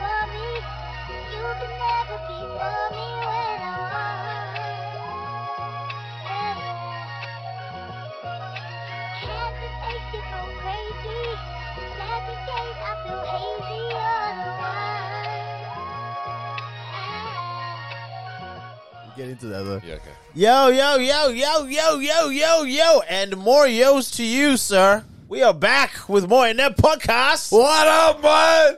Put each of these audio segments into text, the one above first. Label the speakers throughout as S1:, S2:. S1: Bobby, you can never be for me when I want. Never. Had to face to go crazy. Sad days I feel hazy. You're the one.
S2: Get into that though.
S3: Yeah, okay.
S2: Yo, yo, yo, yo, yo, yo, yo, yo, and more yo's to you, sir. We are back with more in that podcast.
S3: What up, man?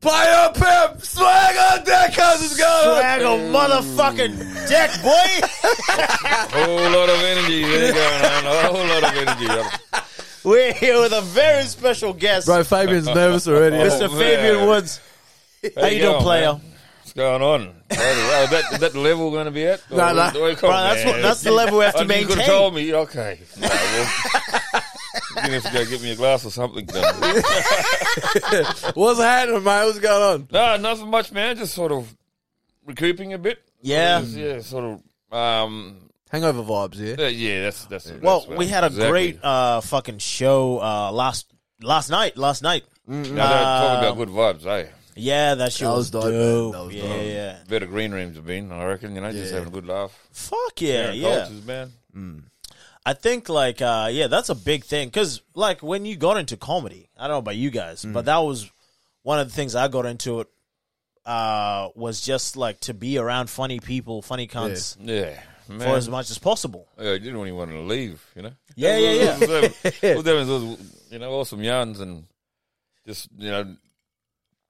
S3: Play a pimp, swag on deck, how's it going?
S2: Swag a motherfucking deck, boy.
S3: Whole lot of energy there going on. A whole lot of energy.
S2: We're here with a very special guest,
S4: Bro, Fabian's nervous already.
S2: Mr.
S3: Oh,
S2: Fabian
S3: man.
S2: Woods. How you doing,
S3: going,
S2: player?
S3: man? What's going on? Is that, is that the level we're going to be at? Or-
S2: Nah, nah.
S3: or- or-
S2: Bro, that's what- that's the level we have to
S3: Oh, you could
S2: maintain.
S3: have told me. Okay. Nah, well, you're going to have to go get me a glass or something. Then.
S4: What's happening, mate? What's going on?
S3: no, nothing much, man. Just sort of recouping a bit.
S2: Yeah.
S3: Just, yeah, sort of. Um,
S4: Hangover vibes,
S3: yeah,
S4: yeah.
S3: yeah, that's that's. it.
S2: Well,
S3: That's what-
S2: we had a
S3: exactly.
S2: great uh, fucking show uh, last last night. Last night.
S3: Now, they're
S2: Um,
S3: talking about good vibes, eh?
S2: Yeah, that shit
S4: That
S2: was,
S4: was dope, man.
S2: dope.
S4: That was
S2: yeah,
S4: dope.
S2: yeah.
S3: Better green rooms have been, I reckon. You know, just having a good laugh.
S2: Fuck yeah,
S3: Different
S2: yeah.
S3: Cultures, man.
S2: I think like uh yeah, that's a big thing because like when you got into comedy, I don't know about you guys, but that was one of the things I got into it uh was just like to be around funny people, funny cunts
S3: Yeah, man.
S2: for as much as possible.
S3: yeah, you didn't really want to leave, you know.
S2: Yeah, yeah, yeah.
S3: yeah. All there was was, you know, awesome yarns and just you know,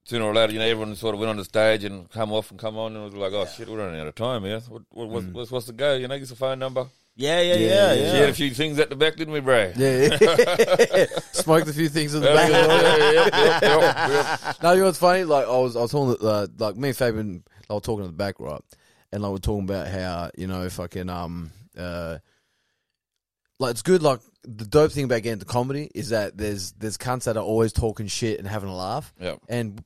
S3: sooner or later, you know, everyone sort of went on the stage and come off and come on, and it was like, oh shit, we're running out of time here. What, what, what's, what's, what's the go? You know, get the phone number.
S2: Yeah, yeah, Mm. yeah,
S3: She
S2: yeah.
S3: had a few things at the back, didn't we, Bray?
S4: Yeah. Smoked a few things in the
S3: Yeah,
S4: back.
S3: yeah, yeah, yeah, yeah, yeah, yeah.
S4: No, you know what's funny? Like I was, I was talking, uh, like me and Fabian, I was talking in the back, right? And like we're talking about how you know, fucking, um, uh, like it's good. Like the dope thing about getting to comedy is that there's there's cunts that are always talking shit and having a laugh.
S3: Yep.
S4: And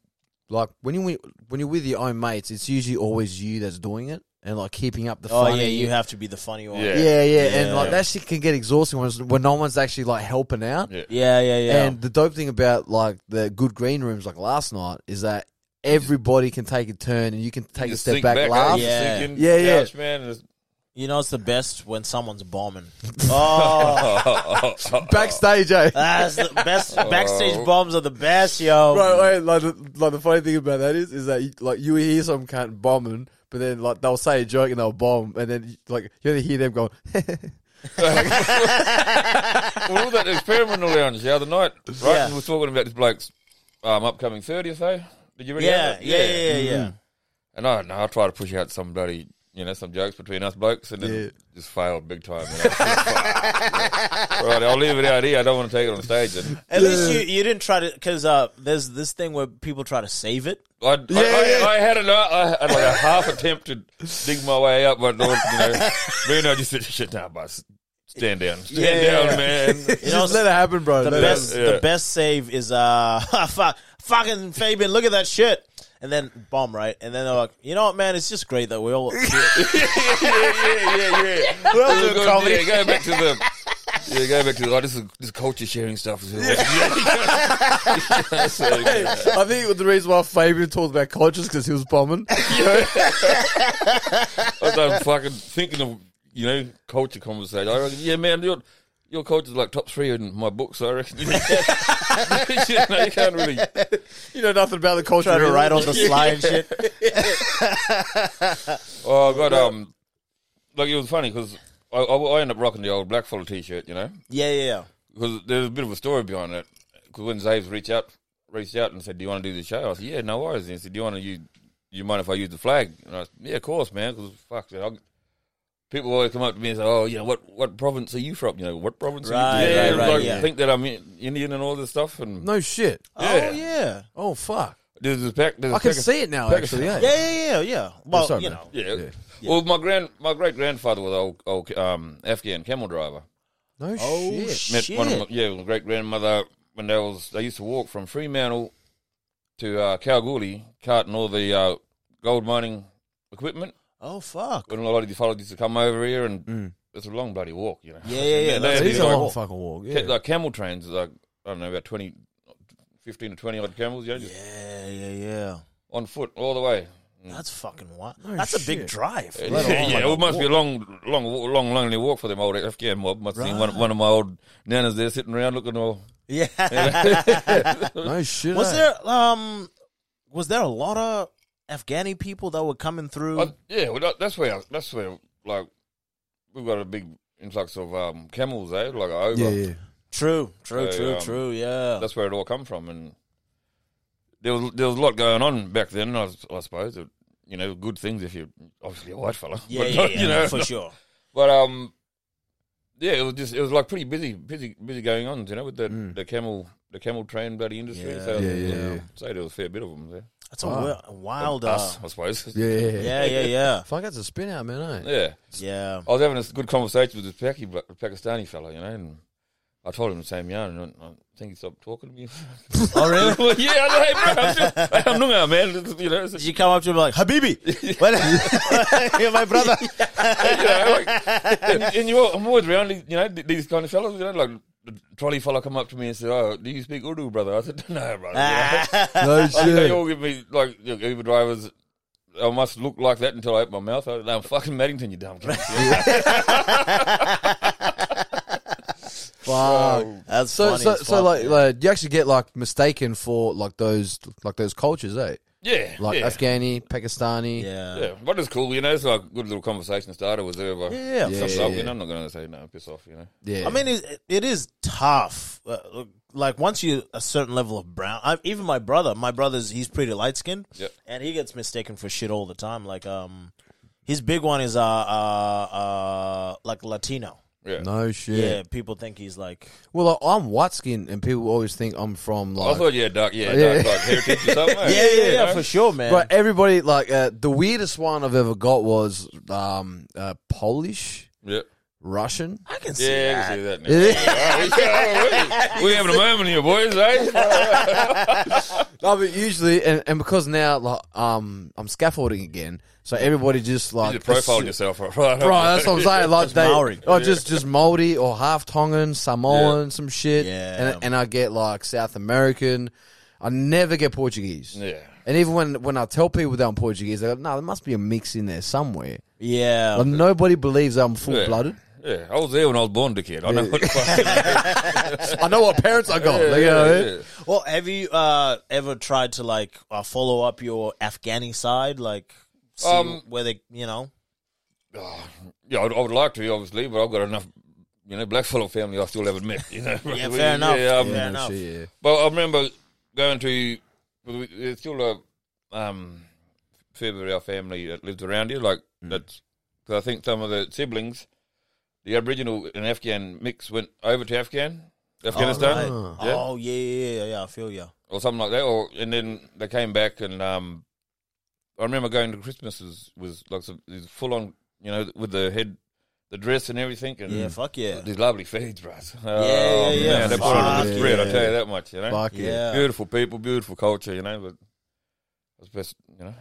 S4: like when you when you're with your own mates, it's usually always you that's doing it and like keeping up the.
S2: Oh
S4: funny.
S2: yeah, you have to be the funny one.
S3: Yeah.
S2: Yeah,
S4: Yeah, yeah, and like
S2: Yeah.
S4: that shit can get exhausting when, it's- when no one's actually like helping out.
S3: Yeah.
S2: yeah, yeah. yeah.
S4: And the dope thing about like the good green rooms like last night is that everybody can take a turn and you can take a
S3: Just
S4: step
S3: sink
S4: back,
S3: eh?
S4: laugh.
S3: Just
S2: Yeah.
S3: sink in,
S4: Yeah, yeah.
S3: couch, man. and just-
S2: you know it's the best when someone's bombing. oh,
S4: Backstage, eh?
S2: that's the best. Backstage bombs are the best, yo.
S4: Right, wait, like, the, like the funny thing about that is, is that you, like you hear some cunt bombing, but then like they'll say a joke and they'll bomb, and then like you only hear them going,
S3: well, all that experimental lounge the other night, right?
S2: Yeah.
S3: We were talking about this bloke's um, upcoming 30th, eh? Did you really
S2: Yeah,
S3: have it?
S2: yeah, yeah, yeah, yeah.
S3: And I, no, I tried to push out some bloody, you know, some jokes between us blokes and then
S4: Yeah.
S3: just failed big time. You know? Fuck, yeah. Right, I'll leave it out here. I don't want to take it on stage. And
S2: At least you, you didn't try to because uh, there's this thing where people try to save it.
S3: I, I,
S4: yeah.
S3: I, I had, an, I had like a half attempt to dig my way up, but, you know, Bruno just said, shit, nah, boss. Stand down. Stand
S2: Yeah, yeah,
S3: down, man.
S2: You know,
S4: "Just let it happen, bro."
S2: the
S4: Let it
S2: best
S3: yeah.
S2: the best save is uh fuck, fucking Fabian, look at that shit. And then bomb, right? And then they're like, you know what, man? It's just great that we all.
S3: yeah, yeah, yeah.
S2: Welcome,
S3: yeah, go,
S2: comedy.
S3: yeah, go back to the. Yeah, go back to the. Oh, this is this culture sharing stuff. Is so, yeah.
S4: happen. I think the reason why Fabian talked about culture because he was bombing.
S3: I don't fucking thinking of you know culture conversation. I reckon, yeah, man, your your culture's like top three in my books. I reckon. you know, you can't really.
S4: you know nothing about the culture.
S2: Try to
S4: really.
S2: write on the sly and shit.
S3: Oh god, um, like it was funny because I, I I end up rocking the old blackfella t-shirt, you know.
S2: Yeah, yeah, yeah.
S3: because there's a bit of a story behind it. Because when Zaves reached out, reached out and said, "Do you want to do the show?" I said, "Yeah, no worries." And he said, "Do you want to use? You mind if I use the flag?" And I said, "Yeah, of course, man." Because fuck, I'll, people always come up to me and say, "Oh, you know what? What province are you from? You know what province?" are
S2: Right,
S3: you Yeah,
S2: right,
S3: and,
S2: right,
S3: like,
S2: yeah.
S3: Think that I'm in- Indian and all this stuff. And
S4: No shit.
S3: Yeah.
S2: Oh yeah,
S4: Oh fuck!
S3: there's this pack. There's
S4: I
S3: a
S4: can
S3: pack of-
S4: see it now.
S3: Pakistan.
S4: Actually, eh? yeah.
S2: yeah, yeah, yeah, yeah. Well,
S4: sorry,
S2: you
S4: man.
S2: know,
S3: Yeah. Well, my grand, my great grandfather was old, old um, Afghan camel driver.
S4: No
S2: Oh,
S4: shit.
S3: met
S2: shit.
S3: one of my, yeah, my great grandmother when they was they used to walk from Fremantle to uh, Kalgoorlie, carting all the uh, gold mining equipment.
S2: Oh fuck.
S3: When a lot of these fellas used to come over here, and it's a long bloody walk, you know.
S2: Mm. Yeah, yeah, yeah.
S3: It
S4: It
S3: is
S4: is a
S3: like-
S4: long fucking walk.
S3: Ca-
S4: Yeah.
S3: Like camel trains, like I don't know, about 20, 15 to twenty odd camels, you know, just
S2: Yeah, yeah, yeah.
S3: on foot all the way.
S2: That's fucking wild. That's a big
S4: shit.
S2: drive.
S3: Mm. Yeah, yeah, it must be a long, long, long, lonely walk for them old Afghan mob. Must have seen one, one of my old nanas there sitting around looking all.
S2: Yeah.
S4: No shit.
S2: was
S4: eh?
S2: there um was there a lot of Afghani people that were coming through?
S3: Uh, yeah, well, that, that's where that's where like we've got a big influx of um, camels, eh? Like over.
S4: Yeah, yeah.
S2: true, true,
S3: Yeah,
S2: true,
S3: um,
S2: true. Yeah.
S3: That's where it all come from, and there was there was a lot going on back then. I, s- I suppose it, you know good things if you're obviously a white fella.
S2: Yeah,
S3: But,
S2: yeah, yeah,
S3: you know,
S2: for sure.
S3: But um, yeah, it was just it was like pretty busy, busy, busy going on, you know, with the the camel the camel train bloody industry.
S2: Yeah.
S3: so
S4: Mm. Yeah,
S3: you
S4: yeah,
S3: know,
S4: yeah.
S3: I'd say there was a fair bit of them there.
S2: That's a,
S4: Wow.
S2: wi- a wild uh,
S3: Us, I suppose.
S4: Yeah, yeah, yeah.
S2: Yeah, yeah, yeah.
S4: Fuck, that's a spin out, man. Eh?
S3: yeah.
S2: Yeah.
S3: I was having a good conversation with this Paki, Pakistani fellow, you know, and I told him the same yarn, and I, I think he stopped talking to me.
S2: Oh really?
S3: Well, yeah, I said, hey, bro, I'm, just, I'm not man. You know, so,
S2: Did you come up to him like Habibi? What- You're my brother.
S3: you know, like, and, and you all, I'm always around, these- you know, th- these kind of fellas, you know, like the trolley fellow come up to me and said, "Oh, do you speak Urdu, brother?" I said, "No, brother." you know.
S4: No
S3: They
S4: shit.
S3: all give me like you know, Uber drivers. I must look like that until I open my mouth. I, no, I'm fucking Maddington, you dumb cunt.
S4: Fuck.
S2: That's
S4: So,
S2: funny
S4: so,
S2: as
S4: so
S2: fuck,
S4: like,
S2: yeah.
S4: like, you actually get like mistaken for like those, like those cultures, eh?
S3: yeah,
S4: Like
S3: yeah,
S4: Afghani, Pakistani.
S2: yeah.
S3: yeah. But it's cool, you know. It's like a good little conversation starter was there. Like,
S2: Yeah,
S4: Yeah,
S2: for
S3: piss
S2: sure.
S3: off, you know, I'm not going to say no, piss off, you know.
S4: yeah.
S2: I mean, it, it is tough. Uh, Like once you a certain level of brown, I, even my brother, my brother's he's pretty light skinned,
S3: Yep.
S2: and he gets mistaken for shit all the time. Like um, his big one is uh uh uh like Latino.
S3: Yeah.
S4: no
S2: Yeah,
S4: shit.
S2: people think he's like
S4: Well, like, I'm white skinned and people always think I'm from
S3: I
S4: like.
S3: thought you had dark, yeah,
S4: Yeah.
S3: dark, like heritage or something. eh?
S2: yeah yeah yeah,
S3: You know?
S2: for sure man.
S4: But everybody, like, uh, the weirdest one I've ever got was um, uh, Polish,
S3: Yeah.
S4: Russian.
S2: I can see
S3: Yeah, I
S2: that.
S3: can see that. Now. Yeah, oh, we- We're having a moment here, boys, eh?
S4: No, but usually, and, and because now like, um, I'm scaffolding again, so everybody just like
S3: You profiled
S4: assu-
S3: yourself, right?
S4: Right, that's what I'm saying. Like they,
S2: Maori.
S4: or just just Maori or half Tongan, Samoan, some shit.
S2: Yeah.
S4: and and I get like South American. I never get Portuguese.
S3: Yeah.
S4: and even when when I tell people that I'm Portuguese, they go, "No, there must be a mix in there somewhere."
S2: Yeah,
S4: Like nobody believes I'm full blooded.
S3: Yeah, I was there when I was born, dickhead. I know what the fuck.
S4: I know what parents I got. like, you know what I mean?
S3: yeah.
S2: Well, have you uh, ever tried to like uh, follow up your Afghani side, like see
S3: Um,
S2: where they, you know?
S3: Yeah, I would, I would like to, obviously, but I've got enough, you know, black fellow family I still haven't met. You know,
S2: Yeah, fair enough.
S3: um,
S2: Yeah.
S4: No
S2: enough.
S4: Oh, shit, yeah.
S3: But I remember going to there's still a um, fair bit of our family that lived around here. Like
S2: Mm.
S3: that's because I think some of the siblings, the Aboriginal and Afghan mix, went over to Afghan. Afghanistan,
S2: Oh, right.
S3: yeah,
S2: Oh, yeah, yeah, yeah, yeah. I feel you.
S3: or something like that, or and then they came back, and um, I remember going to Christmas was, was like some, it was full on, you know, with the head, the dress and everything, and
S2: Yeah, fuck yeah.
S3: these lovely feeds, bros. Yeah,
S2: yeah, yeah.
S3: they put on a
S2: Fuck
S3: good spread. I
S4: yeah.
S3: tell you that much. You know,
S4: Fuck yeah.
S2: Yeah.
S3: beautiful people, beautiful culture. You know, but it's best. You know,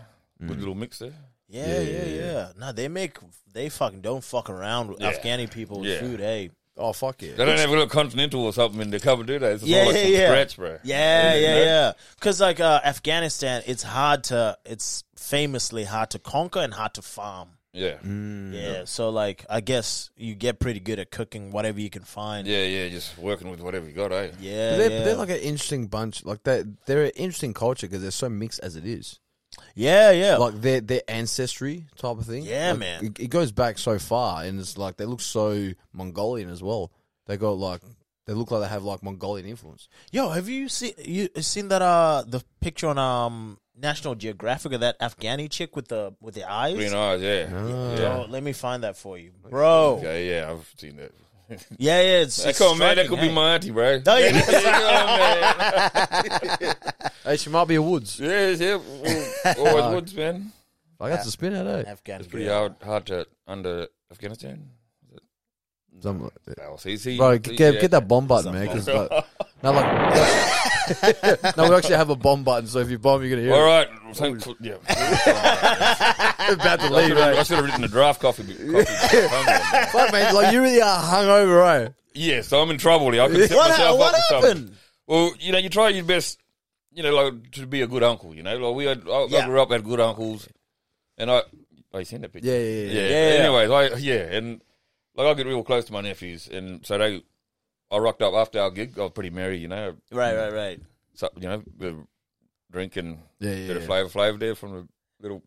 S3: good little mix there.
S2: Yeah, yeah, yeah. No, they make they fucking don't fuck around with
S3: Yeah.
S2: Afghani people with
S3: Yeah.
S2: food, hey.
S4: Oh fuck yeah.
S3: They don't have a little continental or something in the cover, do they? It's
S2: Yeah,
S3: all like
S2: yeah,
S3: from
S2: yeah.
S3: scratch, bro.
S2: Yeah,
S3: You
S2: yeah,
S3: know?
S2: yeah. Because like uh, Afghanistan, it's hard to it's famously hard to conquer and hard to farm.
S3: yeah,
S2: Mm. Yeah, so like I guess you get pretty good at cooking whatever you can find.
S3: yeah, yeah. Just working with whatever you got, eh?
S2: yeah,
S4: But they're,
S2: yeah.
S4: but they're like an interesting bunch. Like they they're an interesting culture because they're so mixed as it is.
S2: yeah, yeah.
S4: Like their their ancestry type of thing.
S2: Yeah,
S4: Like,
S2: man.
S4: It, it goes back so far, and it's like they look so Mongolian as well. They got like they look like they have like Mongolian influence.
S2: Yo, have you seen you seen that uh the picture on um National Geographic of that Afghani chick with the with the eyes?
S3: Green eyes, yeah,
S2: Yo, let me find that for you, bro.
S3: yeah, yeah. I've seen that.
S2: Yeah, yeah. It's,
S3: That
S2: it's
S3: come, man. That
S2: striking,
S3: could
S2: hey.
S3: be my auntie, bro.
S2: Oh, yeah.
S3: yeah, man.
S4: Hey, she might be a woods.
S3: Yes, yeah. Always woods, man.
S4: Like that's a spin out, eh?
S2: Afghan.
S3: It's pretty
S2: girl.
S3: hard, hard to under Afghanistan.
S4: Something like that.
S3: Well, see, see,
S4: Bro,
S3: see,
S4: get, get
S3: yeah.
S4: that bomb button, man. Cause like, no, like, no, we actually have a bomb button, so if you bomb, you're gonna hear.
S3: All
S4: it.
S3: right. Thank, yeah.
S4: About to
S3: I
S4: leave,
S3: should, have, I
S4: right?
S3: should have written a draft coffee. coffee.
S4: Fuck, mate, like you really are hungover, eh? right?
S3: yeah, so I'm in trouble here. I could set
S2: What, ha-
S3: myself up
S2: what
S3: for something.
S2: happened?
S3: Well, you know, you try your best, you know, like to be a good uncle. You know, like we had, I,
S2: Yeah.
S3: I grew up had good uncles, and I, I seen that picture.
S4: Yeah, yeah, yeah.
S3: yeah.
S2: Yeah, yeah.
S3: Anyways, I yeah, and like I get real close to my nephews, and so they, I rocked up after our gig. I was pretty merry, you know.
S2: Right, right, right.
S3: So, you know, we were drinking
S4: Yeah,
S3: a
S4: yeah.
S3: bit of flavor flavor there from the little.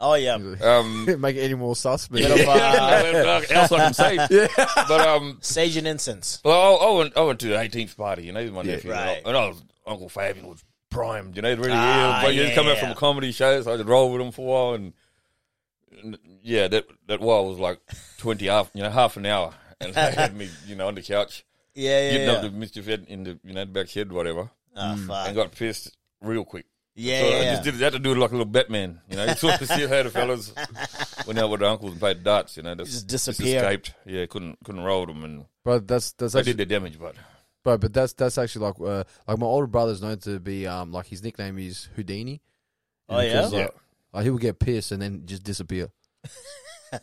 S2: Oh yeah.
S3: Um,
S4: Make it any more suspect.
S2: Bit of, uh,
S3: else I can say, but um,
S2: sage and incense.
S3: Well, I, I went. I went to the 18th party. You know, my nephew,
S2: Right.
S3: and, I, and I was Uncle Fabian was primed. You know, really
S2: Ah,
S3: ill. But you
S2: yeah,
S3: just come out
S2: yeah.
S3: from a comedy show, so I could roll with him for a while. And, and yeah, that that while was like 20 half, you know, half an hour, and they had me, you know, on the couch
S2: Yeah, yeah.
S3: getting up
S2: yeah.
S3: to mischief head in the you know the back shed, whatever,
S2: Oh,
S3: and
S2: fuck.
S3: got pissed real quick.
S2: Yeah,
S3: So
S2: yeah.
S3: I
S2: yeah.
S3: just did that to do it like a little Batman, you know. Sort of see how the fellas went out with the uncles and played darts, you know.
S2: Just disappear.
S3: escaped. Yeah, couldn't couldn't roll with them, and
S4: bro, that's that's
S3: they
S4: actually
S3: did their damage, but.
S4: Bro, but that's that's actually like uh, like my older brother's known to be um like his nickname is Houdini.
S2: Oh, yeah?
S4: Because, Like, like, he will get pissed and then just disappear.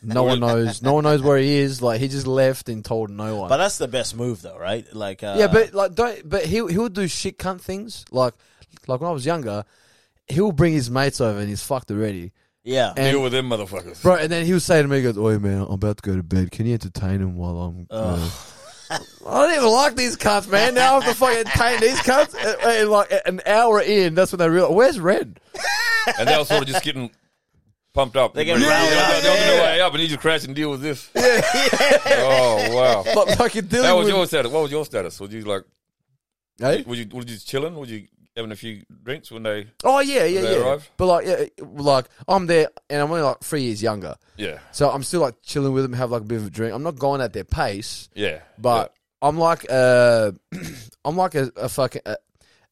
S4: no one knows. No one knows where he is. Like he just left and told no one.
S2: But that's the best move, though, right? Like, uh,
S4: yeah, but like don't. But he he would do shit cunt things. Like like when I was younger, he will bring his mates over and he's fucked already.
S2: yeah,
S4: And-
S3: Deal with them motherfuckers.
S4: Bro, and then he would say to me, he "Goes, oi man, I'm about to go to bed. Can you entertain him while I'm?" uh, I don't even like these cunts, man. Now I have to fucking entertain these cunts. And, and like an hour in, that's when they realize, "Where's Red?"
S3: And they were sort of just getting pumped up.
S2: They get riled
S3: They're
S2: up,
S3: on their
S2: yeah.
S3: way up, and you just crash and deal with this. Oh wow.
S4: Like fucking dealing
S3: That was
S4: with.
S3: your status. What was your status? Was you like,
S4: Hey?
S3: was you, was you just chilling? Was you having a few drinks when they?
S4: Oh yeah, yeah,
S3: When they
S4: yeah.
S3: arrived?
S4: But like, yeah, like I'm there, and I'm only like three years younger,
S3: Yeah,
S4: so I'm still like chilling with them, have like a bit of a drink. I'm not going at their pace.
S3: yeah.
S4: But I'm like uh I'm like a, a fucking uh,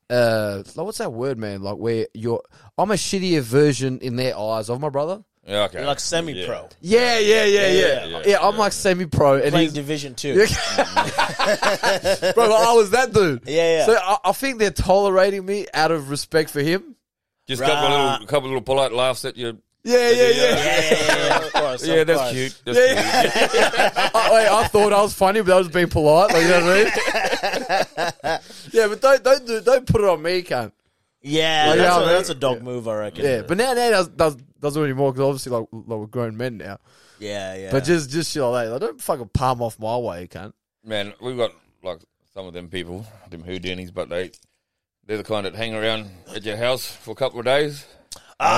S4: uh like what's that word man like where you're I'm a shittier version in their eyes of my brother.
S3: yeah, Yeah, okay.
S2: like semi-pro
S4: Yeah, yeah, yeah, yeah. Yeah,
S3: yeah,
S4: I'm
S3: yeah.
S4: like semi pro and
S2: playing
S4: he's
S2: Division Two.
S4: bro, like, I was that dude.
S2: Yeah, yeah.
S4: So I, I think they're tolerating me out of respect for him.
S3: just a couple of
S2: Right.
S3: little, couple of little polite laughs at you.
S4: Yeah, yeah,
S2: yeah,
S4: yeah.
S2: yeah, yeah, of course,
S3: Yeah,
S2: of
S3: that's
S2: course.
S3: cute. That's
S4: Yeah,
S3: cute.
S4: yeah. I, wait, I thought I was funny, but I was being polite. Like, you know what I mean? yeah, but don't don't do, don't put it on me, cunt.
S2: Yeah,
S4: Like,
S2: that's,
S4: yeah,
S2: a,
S4: man.
S2: that's a dog move, I reckon.
S4: Yeah, but now now does does doesn't anymore because obviously like, like we're grown men now.
S2: yeah, yeah.
S4: But just just shit like that. Like, don't fucking palm off my way, cunt.
S3: Man, we've got like some of them people, them Houdinis, but they. They're the kind that hang around at your house for a couple of days,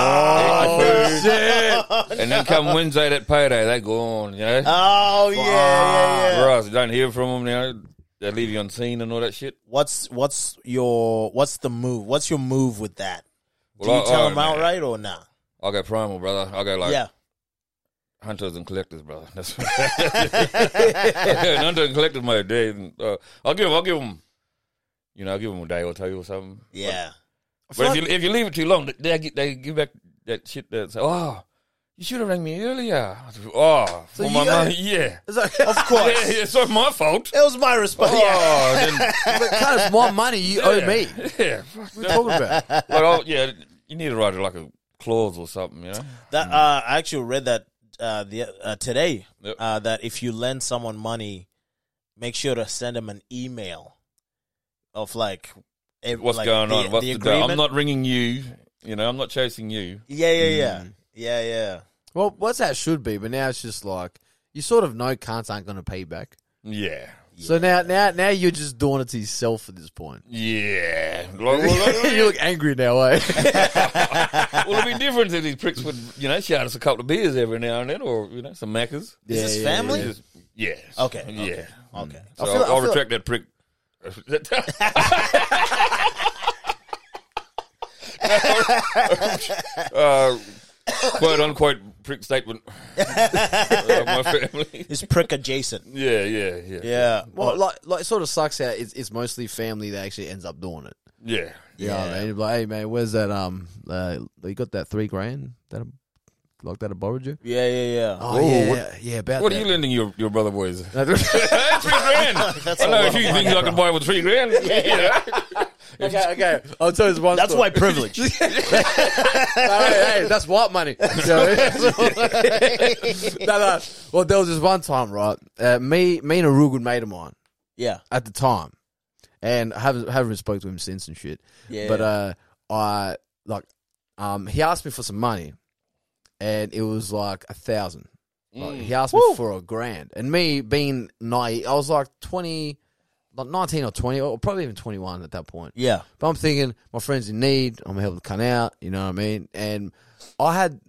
S2: oh,
S3: Shit. and then come Wednesday that payday, they gone. You know,
S2: oh yeah, yeah, yeah.
S3: Right, so don't hear from them now. They leave you unseen and all that shit.
S2: What's what's your what's the move? What's your move with that? Do
S3: Well,
S2: you tell
S3: oh,
S2: them
S3: man.
S2: outright or nah?
S3: I go primal, brother. I go like
S2: yeah,
S3: hunters and collectors, brother. That's hunter and collectors, mate. They, uh, I'll give, I'll give them, you know, I'll give them a day or two or something.
S2: yeah.
S3: But, but if you if you leave it too long, they get they give back that shit. That say, oh, you should have rang me earlier. Oh, for my
S4: you got-
S3: money, yeah.
S4: It's like, of
S2: course.
S3: yeah, yeah, it's not my fault.
S2: It was my response. Yeah.
S3: Oh, then,
S4: but cunt, it's my money. You owe
S2: Oh,
S3: yeah.
S4: me.
S3: Yeah, fuck
S4: What are you talking about?
S3: Like, oh, yeah, you need to write it like a clause or something, you know?
S2: That uh, I actually read that uh, the uh, today
S3: Yep.
S2: uh, that if you lend someone money, make sure to send them an email of like ev-
S3: What's
S2: like
S3: going
S2: the-
S3: on? What's
S2: the
S3: the, deal? I'm
S2: agreement.
S3: not ringing you. You know, I'm not chasing you.
S2: Yeah, yeah, yeah,
S4: Mm.
S2: yeah, yeah.
S4: Well, what's that should be, but now it's just like you sort of know cunts aren't going to pay back.
S3: Yeah.
S4: So now now now you're just doing it to yourself at this point.
S3: Yeah. Like,
S4: you
S3: well,
S4: look angry now, eh?
S3: well, it'd be different if these pricks would, you know, shout us a couple of beers every now and then or, you know, some Maccas.
S4: Yeah,
S2: Is this
S4: yeah,
S2: family?
S3: Just- yeah.
S2: Okay,
S3: Yeah.
S2: okay, okay.
S3: So
S4: I
S3: I
S4: feel- I
S3: will
S4: feel-
S3: retract that prick. uh, quote unquote prick statement. of my family.
S2: It's prick adjacent.
S3: Yeah, yeah, yeah.
S2: Yeah.
S4: Well, like, like it sort of sucks how it's, it's mostly family that actually ends up doing it.
S3: Yeah.
S4: Yeah, man. You'd be like, hey, man, where's that? Um, uh, you got that three grand that I, like that I borrowed you?
S2: Yeah, yeah, yeah.
S4: Oh
S3: Whoa,
S4: yeah,
S3: what-
S4: yeah, yeah, about
S3: What are
S4: that.
S3: you lending your, your brother boys? three
S4: No,
S3: grand.
S2: That's a
S3: I know
S2: lot
S3: a few
S2: of money,
S3: things I can buy with three grand. Yeah.
S4: okay, okay. I'll tell you this one.
S2: That's
S4: story.
S2: white privilege.
S4: No, hey, hey, that's white money. You know? no, no. Well, there was this one time, right? Uh, me, me and a real good mate of mine
S2: yeah.
S4: at the time, and I haven't haven't spoke to him since and shit.
S2: Yeah.
S4: But uh, I like, um, he asked me for some money, and it was like a thousand. Like, he asked me for a grand, and me being naive, I was like twenty, like nineteen or twenty, or probably even twenty one at that point.
S2: Yeah.
S4: But I'm thinking, my friend's in need. I'm gonna help the cunt out. You know what I mean? And I had,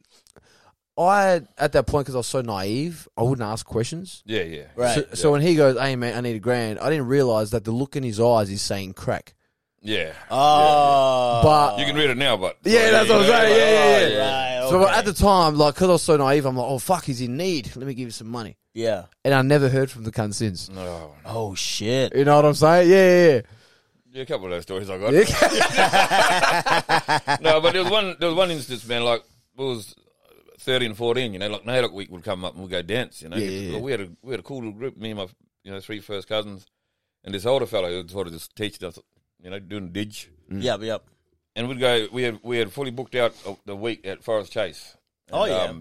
S4: I had at that point because I was so naive, I wouldn't ask questions.
S3: Yeah, yeah.
S2: Right.
S4: So, so when he goes, "Hey man, I need a grand," I didn't realize that the look in his eyes is saying crack.
S3: Yeah.
S2: Oh.
S4: But
S3: you can read it now, but
S4: Uh, Yeah, that's what I'm saying. Yeah, yeah, yeah.
S3: Oh,
S2: Right,
S4: so
S2: okay.
S4: at the time, like because I was so naive, I'm like, "Oh fuck, he's in need. Let me give him some money."
S2: yeah.
S4: And I never heard from the cunt since.
S3: No.
S2: Oh shit.
S4: You know what I'm saying? Yeah, yeah, yeah.
S3: Yeah, a couple of those stories I got. no, but there was one. There was one instance, man. Like it was thirteen, fourteen. You know, like Nalok week would come up and we'd go dance. You know,
S4: Yeah, yeah, yeah.
S3: we had a we had a cool little group. Me and my you know three first cousins, and this older fellow who sort of just teaching us, you know, doing didge.
S2: Yep. Yep.
S3: And we'd go. We had we had fully booked out uh, the week at Forest Chase. And, um,
S2: Oh, yeah.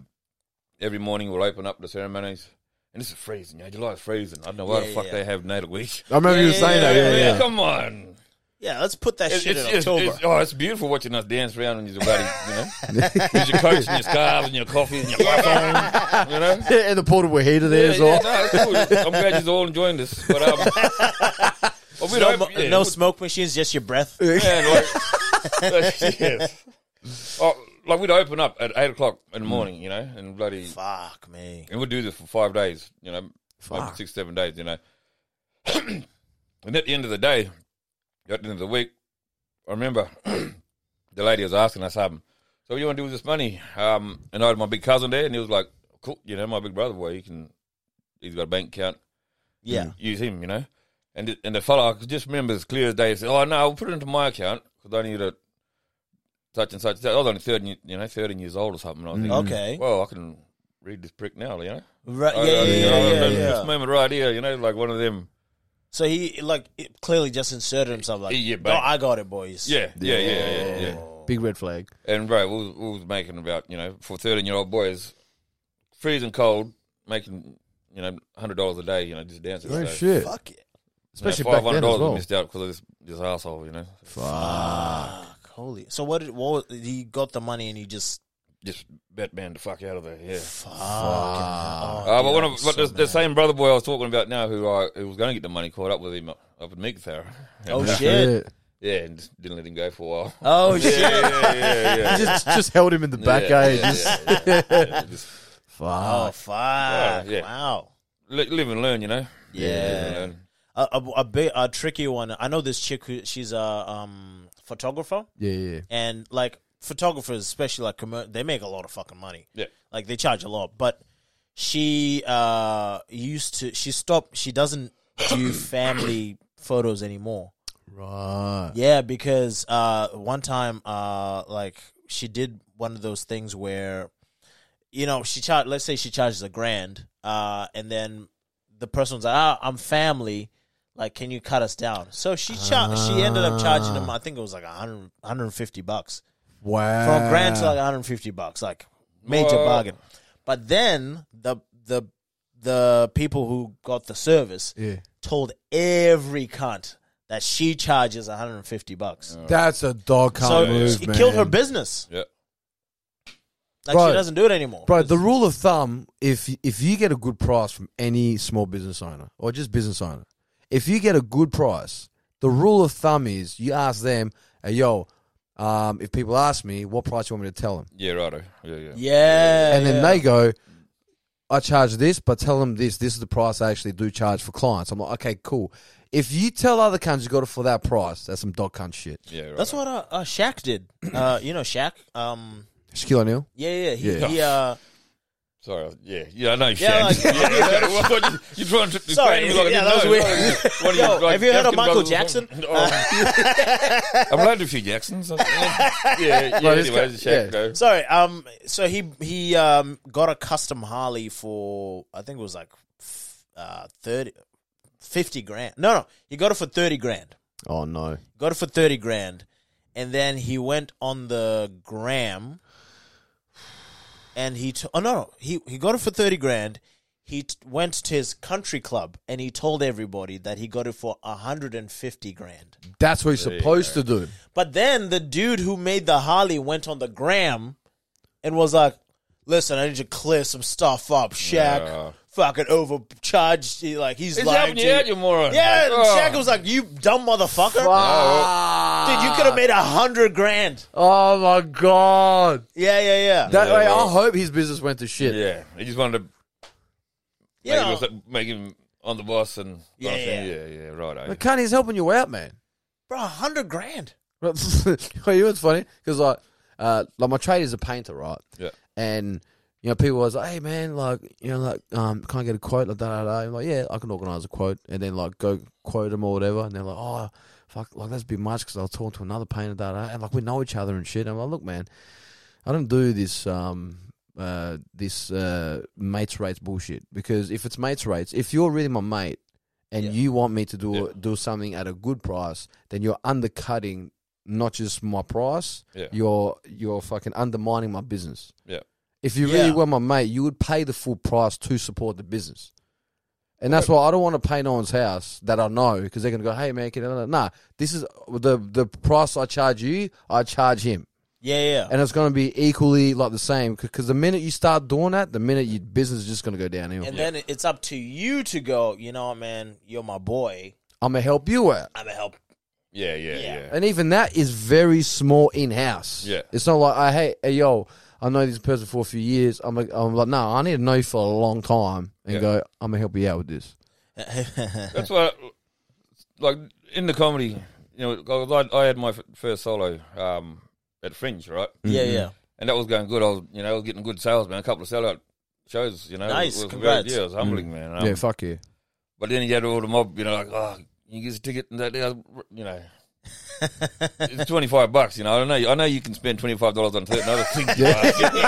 S3: every morning we'll open up the ceremonies. And this is freezing, you know, July is freezing. I don't know why
S2: Yeah,
S3: the
S2: yeah,
S3: fuck
S2: yeah.
S3: they have Nalok week.
S4: I remember you were saying that. Yeah, yeah.
S3: Come on.
S2: Yeah. Let's put that
S3: It's,
S2: shit
S3: it's,
S2: in
S3: it's,
S2: October.
S3: it's- oh, it's beautiful watching us dance around in your bloody, you know, with your coats and your scarves and your coffee and your iPhone, you know.
S4: Yeah, and the portable heater there
S3: Yeah,
S4: as
S3: yeah,
S4: well.
S3: no, it's cool. I'm glad you're all enjoying this. But, um, but
S2: no,
S3: we don't,
S2: mo-
S3: yeah,
S2: no
S3: we-
S2: smoke machines, just your breath.
S3: yeah, like, yes. Oh, like we'd open up at eight o'clock in the morning, you know, and bloody,
S2: Fuck me.
S3: and we'd do this for five days, you know,
S4: Fuck.
S3: five, six, seven days, you know. and at the end of the day, at the end of the week, I remember the lady was asking us something. So what do you want to do with this money? Um, and I had my big cousin there, and he was like, "Cool, you know, my big brother boy, he can, he's got a bank account.
S2: Yeah.
S3: use him, you know." And the, and the fellow, I could just remember as clear as day, he said, "Oh no, I'll put it into my account because I need a such and such." I was only thirteen, you know, thirteen years old or something. I was thinking,
S2: Mm. Okay.
S3: well, I can read this prick now, you know.
S2: Right.
S3: I-
S2: Yeah.
S3: I-
S2: Yeah.
S3: you know,
S2: Yeah.
S3: I
S2: yeah,
S3: remember
S2: yeah.
S3: This moment right here, you know, like one of them.
S2: So he like it clearly just inserted himself. Like,
S3: Yeah,
S2: no,
S3: bang.
S2: I got it, boys.
S3: Yeah, yeah, yeah, yeah, yeah.
S4: Big red flag.
S3: And bro, we was, we was making about you know for thirteen year old boys, freezing cold, making you know hundred dollars a day, you know, just dancing.
S4: Oh
S3: So,
S4: shit.
S2: Fuck it.
S4: Especially
S3: five
S4: back then
S3: hundred
S4: as
S3: dollars
S4: well.
S3: we missed out because of this this asshole, you know.
S2: Fuck, Holy. So what? Did, what? Was, he got the money and he just.
S3: Just Batman the fuck out of there, yeah.
S2: Fuck. Oh,
S3: Uh, but one of, but the, the same brother boy I was talking about now, who I who was going to get the money, caught up with him up up in Meekatharra.
S2: Oh
S3: yeah.
S2: shit.
S3: Yeah, and just didn't let him go for a while.
S2: Oh shit.
S3: yeah, yeah, yeah.
S4: just, just held him in the back,
S3: Yeah,
S4: eh?
S3: yeah,
S4: Just,
S3: yeah, yeah, yeah. Just
S2: Oh
S4: fuck.
S2: fuck.
S3: yeah.
S2: Wow.
S3: li- live and learn, you know.
S2: Yeah.
S3: Live and learn.
S2: a, a, a bit a tricky one. I know this chick who she's a um photographer
S4: Yeah, yeah.
S2: and like photographers, especially like commer- they make a lot of fucking money.
S3: Yeah.
S2: Like they charge a lot, but she uh used to she stopped she doesn't do family photos anymore.
S4: Right.
S2: Yeah, because uh, one time, uh, like she did one of those things where, you know, she charged. Let's say she charges a grand, uh, and then the person was like, ah, "I'm family. Like, can you cut us down?" So she char- she ended up charging them. I think it was like 100, 150 bucks
S4: Wow.
S2: from grand to like 150 bucks, like major
S3: Whoa.
S2: bargain. But then the the the people who got the service
S4: Yeah.
S2: told every cunt that she charges 150 bucks.
S4: That's a dog cunt
S2: so
S4: move,
S2: it
S4: man.
S2: killed her business.
S3: Yeah.
S2: Like
S4: Bro.
S2: she doesn't do it anymore.
S4: Bro, the rule of thumb: if if you get a good price from any small business owner or just business owner, if you get a good price, the rule of thumb is you ask them, hey, "Yo, um, if people ask me what price you want me to tell them,"
S3: Yeah, righto. Yeah, yeah.
S2: yeah.
S4: and then
S2: yeah.
S4: they go, "I charge this, but tell them this. This is the price I actually do charge for clients." I'm like, "Okay, cool." If you tell other cunts you got it for that price, that's some dog cunt shit.
S3: Yeah, right.
S2: That's what uh, uh, Shaq did. Uh, you know Shaq. Um,
S4: Shaquille O'Neal.
S2: yeah, yeah, he,
S4: Yeah.
S2: he uh,
S3: Sorry. I- Yeah, yeah, I know. Yeah,
S2: Yeah, like-
S3: Shaq. yeah, yeah, yeah. What- what- you, you're trying to explain
S2: Sorry,
S3: to me like
S2: yeah,
S3: I didn't
S2: that was
S3: know.
S2: weird.
S3: What are you,
S2: Yo,
S3: like,
S2: have you heard of
S3: African
S2: Michael
S3: brothers or
S2: Jackson?
S3: something? Oh. I'm glad to few Jacksons. I- Yeah, yeah. yeah
S4: Right, this
S3: anyways,
S4: guy-
S3: Shaq,
S4: yeah.
S3: bro.
S2: sorry. Um, so he he um got a custom Harley for I think it was like f- uh 30, 50 grand. No, no, he got it for thirty grand.
S4: Oh no.
S2: got it for 30 grand and then he went on the gram and he t- oh no, no he he got it for 30 grand he t- went to his country club and he told everybody that he got it for 150 grand
S4: That's what you're supposed to do.
S2: but then the dude who made the harley went on the gram and was like listen i need to clear some stuff up Shaq
S3: Yeah.
S2: fucking overcharged he, like he's
S3: It's
S2: lying to
S3: happening to you,
S2: you
S3: you moron.
S2: yeah and
S3: Like, oh.
S2: Shaq was like you dumb motherfucker Dude, you could have made a hundred grand.
S4: Oh my god.
S2: Yeah, yeah, yeah.
S4: That
S3: Yeah,
S4: way, I
S3: bro.
S4: hope his business went to shit.
S3: Yeah, he just wanted to
S2: you
S3: make,
S2: know,
S3: him, look- make him on the bus and
S2: Yeah,
S3: yeah,
S2: yeah.
S3: yeah, yeah, yeah, right. eh?
S4: But cunt, he's helping you out, man.
S2: bro, a hundred grand.
S4: Well, you know what's funny? Because like, uh, like my trade is a painter, right?
S3: Yeah.
S4: And you know, people was like, "Hey, man, like, you know, like, um, can't get a quote, like, da da da." I'm like, yeah, I can organize a quote, and then like go quote them or whatever, and they're like, "Oh, fuck, like that's a bit much," because I was talking to another painter, da da, and like we know each other and shit. I'm like, look, man, I don't do this, um. Uh, this uh, mates rates bullshit because if it's mates rates, if you're really my mate and
S2: Yeah.
S4: you want me to do
S3: Yeah.
S4: do something at a good price, then you're undercutting not just my price,
S3: Yeah.
S4: you're you're fucking undermining my business.
S3: Yeah.
S4: If you
S2: Yeah.
S4: really were my mate, you would pay the full price to support the business. And that's why I don't want to pay no one's house that I know because they're gonna go, hey man, can I-" nah, this is the the price I charge you, I charge him,
S2: Yeah, yeah.
S4: and it's gonna be equally like the same because the minute you start doing that, the minute your business is just gonna go downhill.
S2: And then it's up to you to go. You know, what, man, you're my boy.
S4: I'm gonna help you out.
S2: I'm gonna help.
S3: yeah, yeah,
S2: Yeah.
S3: yeah.
S4: And even that is very small in house.
S3: Yeah.
S4: It's not like, I hey, hey, yo, I know this person for a few years. I'm like, I'm like, no, I need to know you for a long time and
S3: Yeah.
S4: go, I'm going to help you out with this.
S3: That's why, like in the comedy, you know, 'cause I, I had my f- first solo um, at Fringe, right?
S4: Mm-hmm.
S2: Yeah, yeah.
S3: and that was going good. I was, you know, I was getting good sales, man. A couple of sellout shows, you know.
S2: Nice,
S3: it was
S2: congrats.
S3: Very, yeah, it was humbling, man. Um,
S4: yeah, fuck you.
S3: But then he had all the mob, you know, like, oh, you get a ticket and that, that, you know. it's twenty five bucks, you know. I know. I know you can spend twenty five dollars on certain other things. but, you know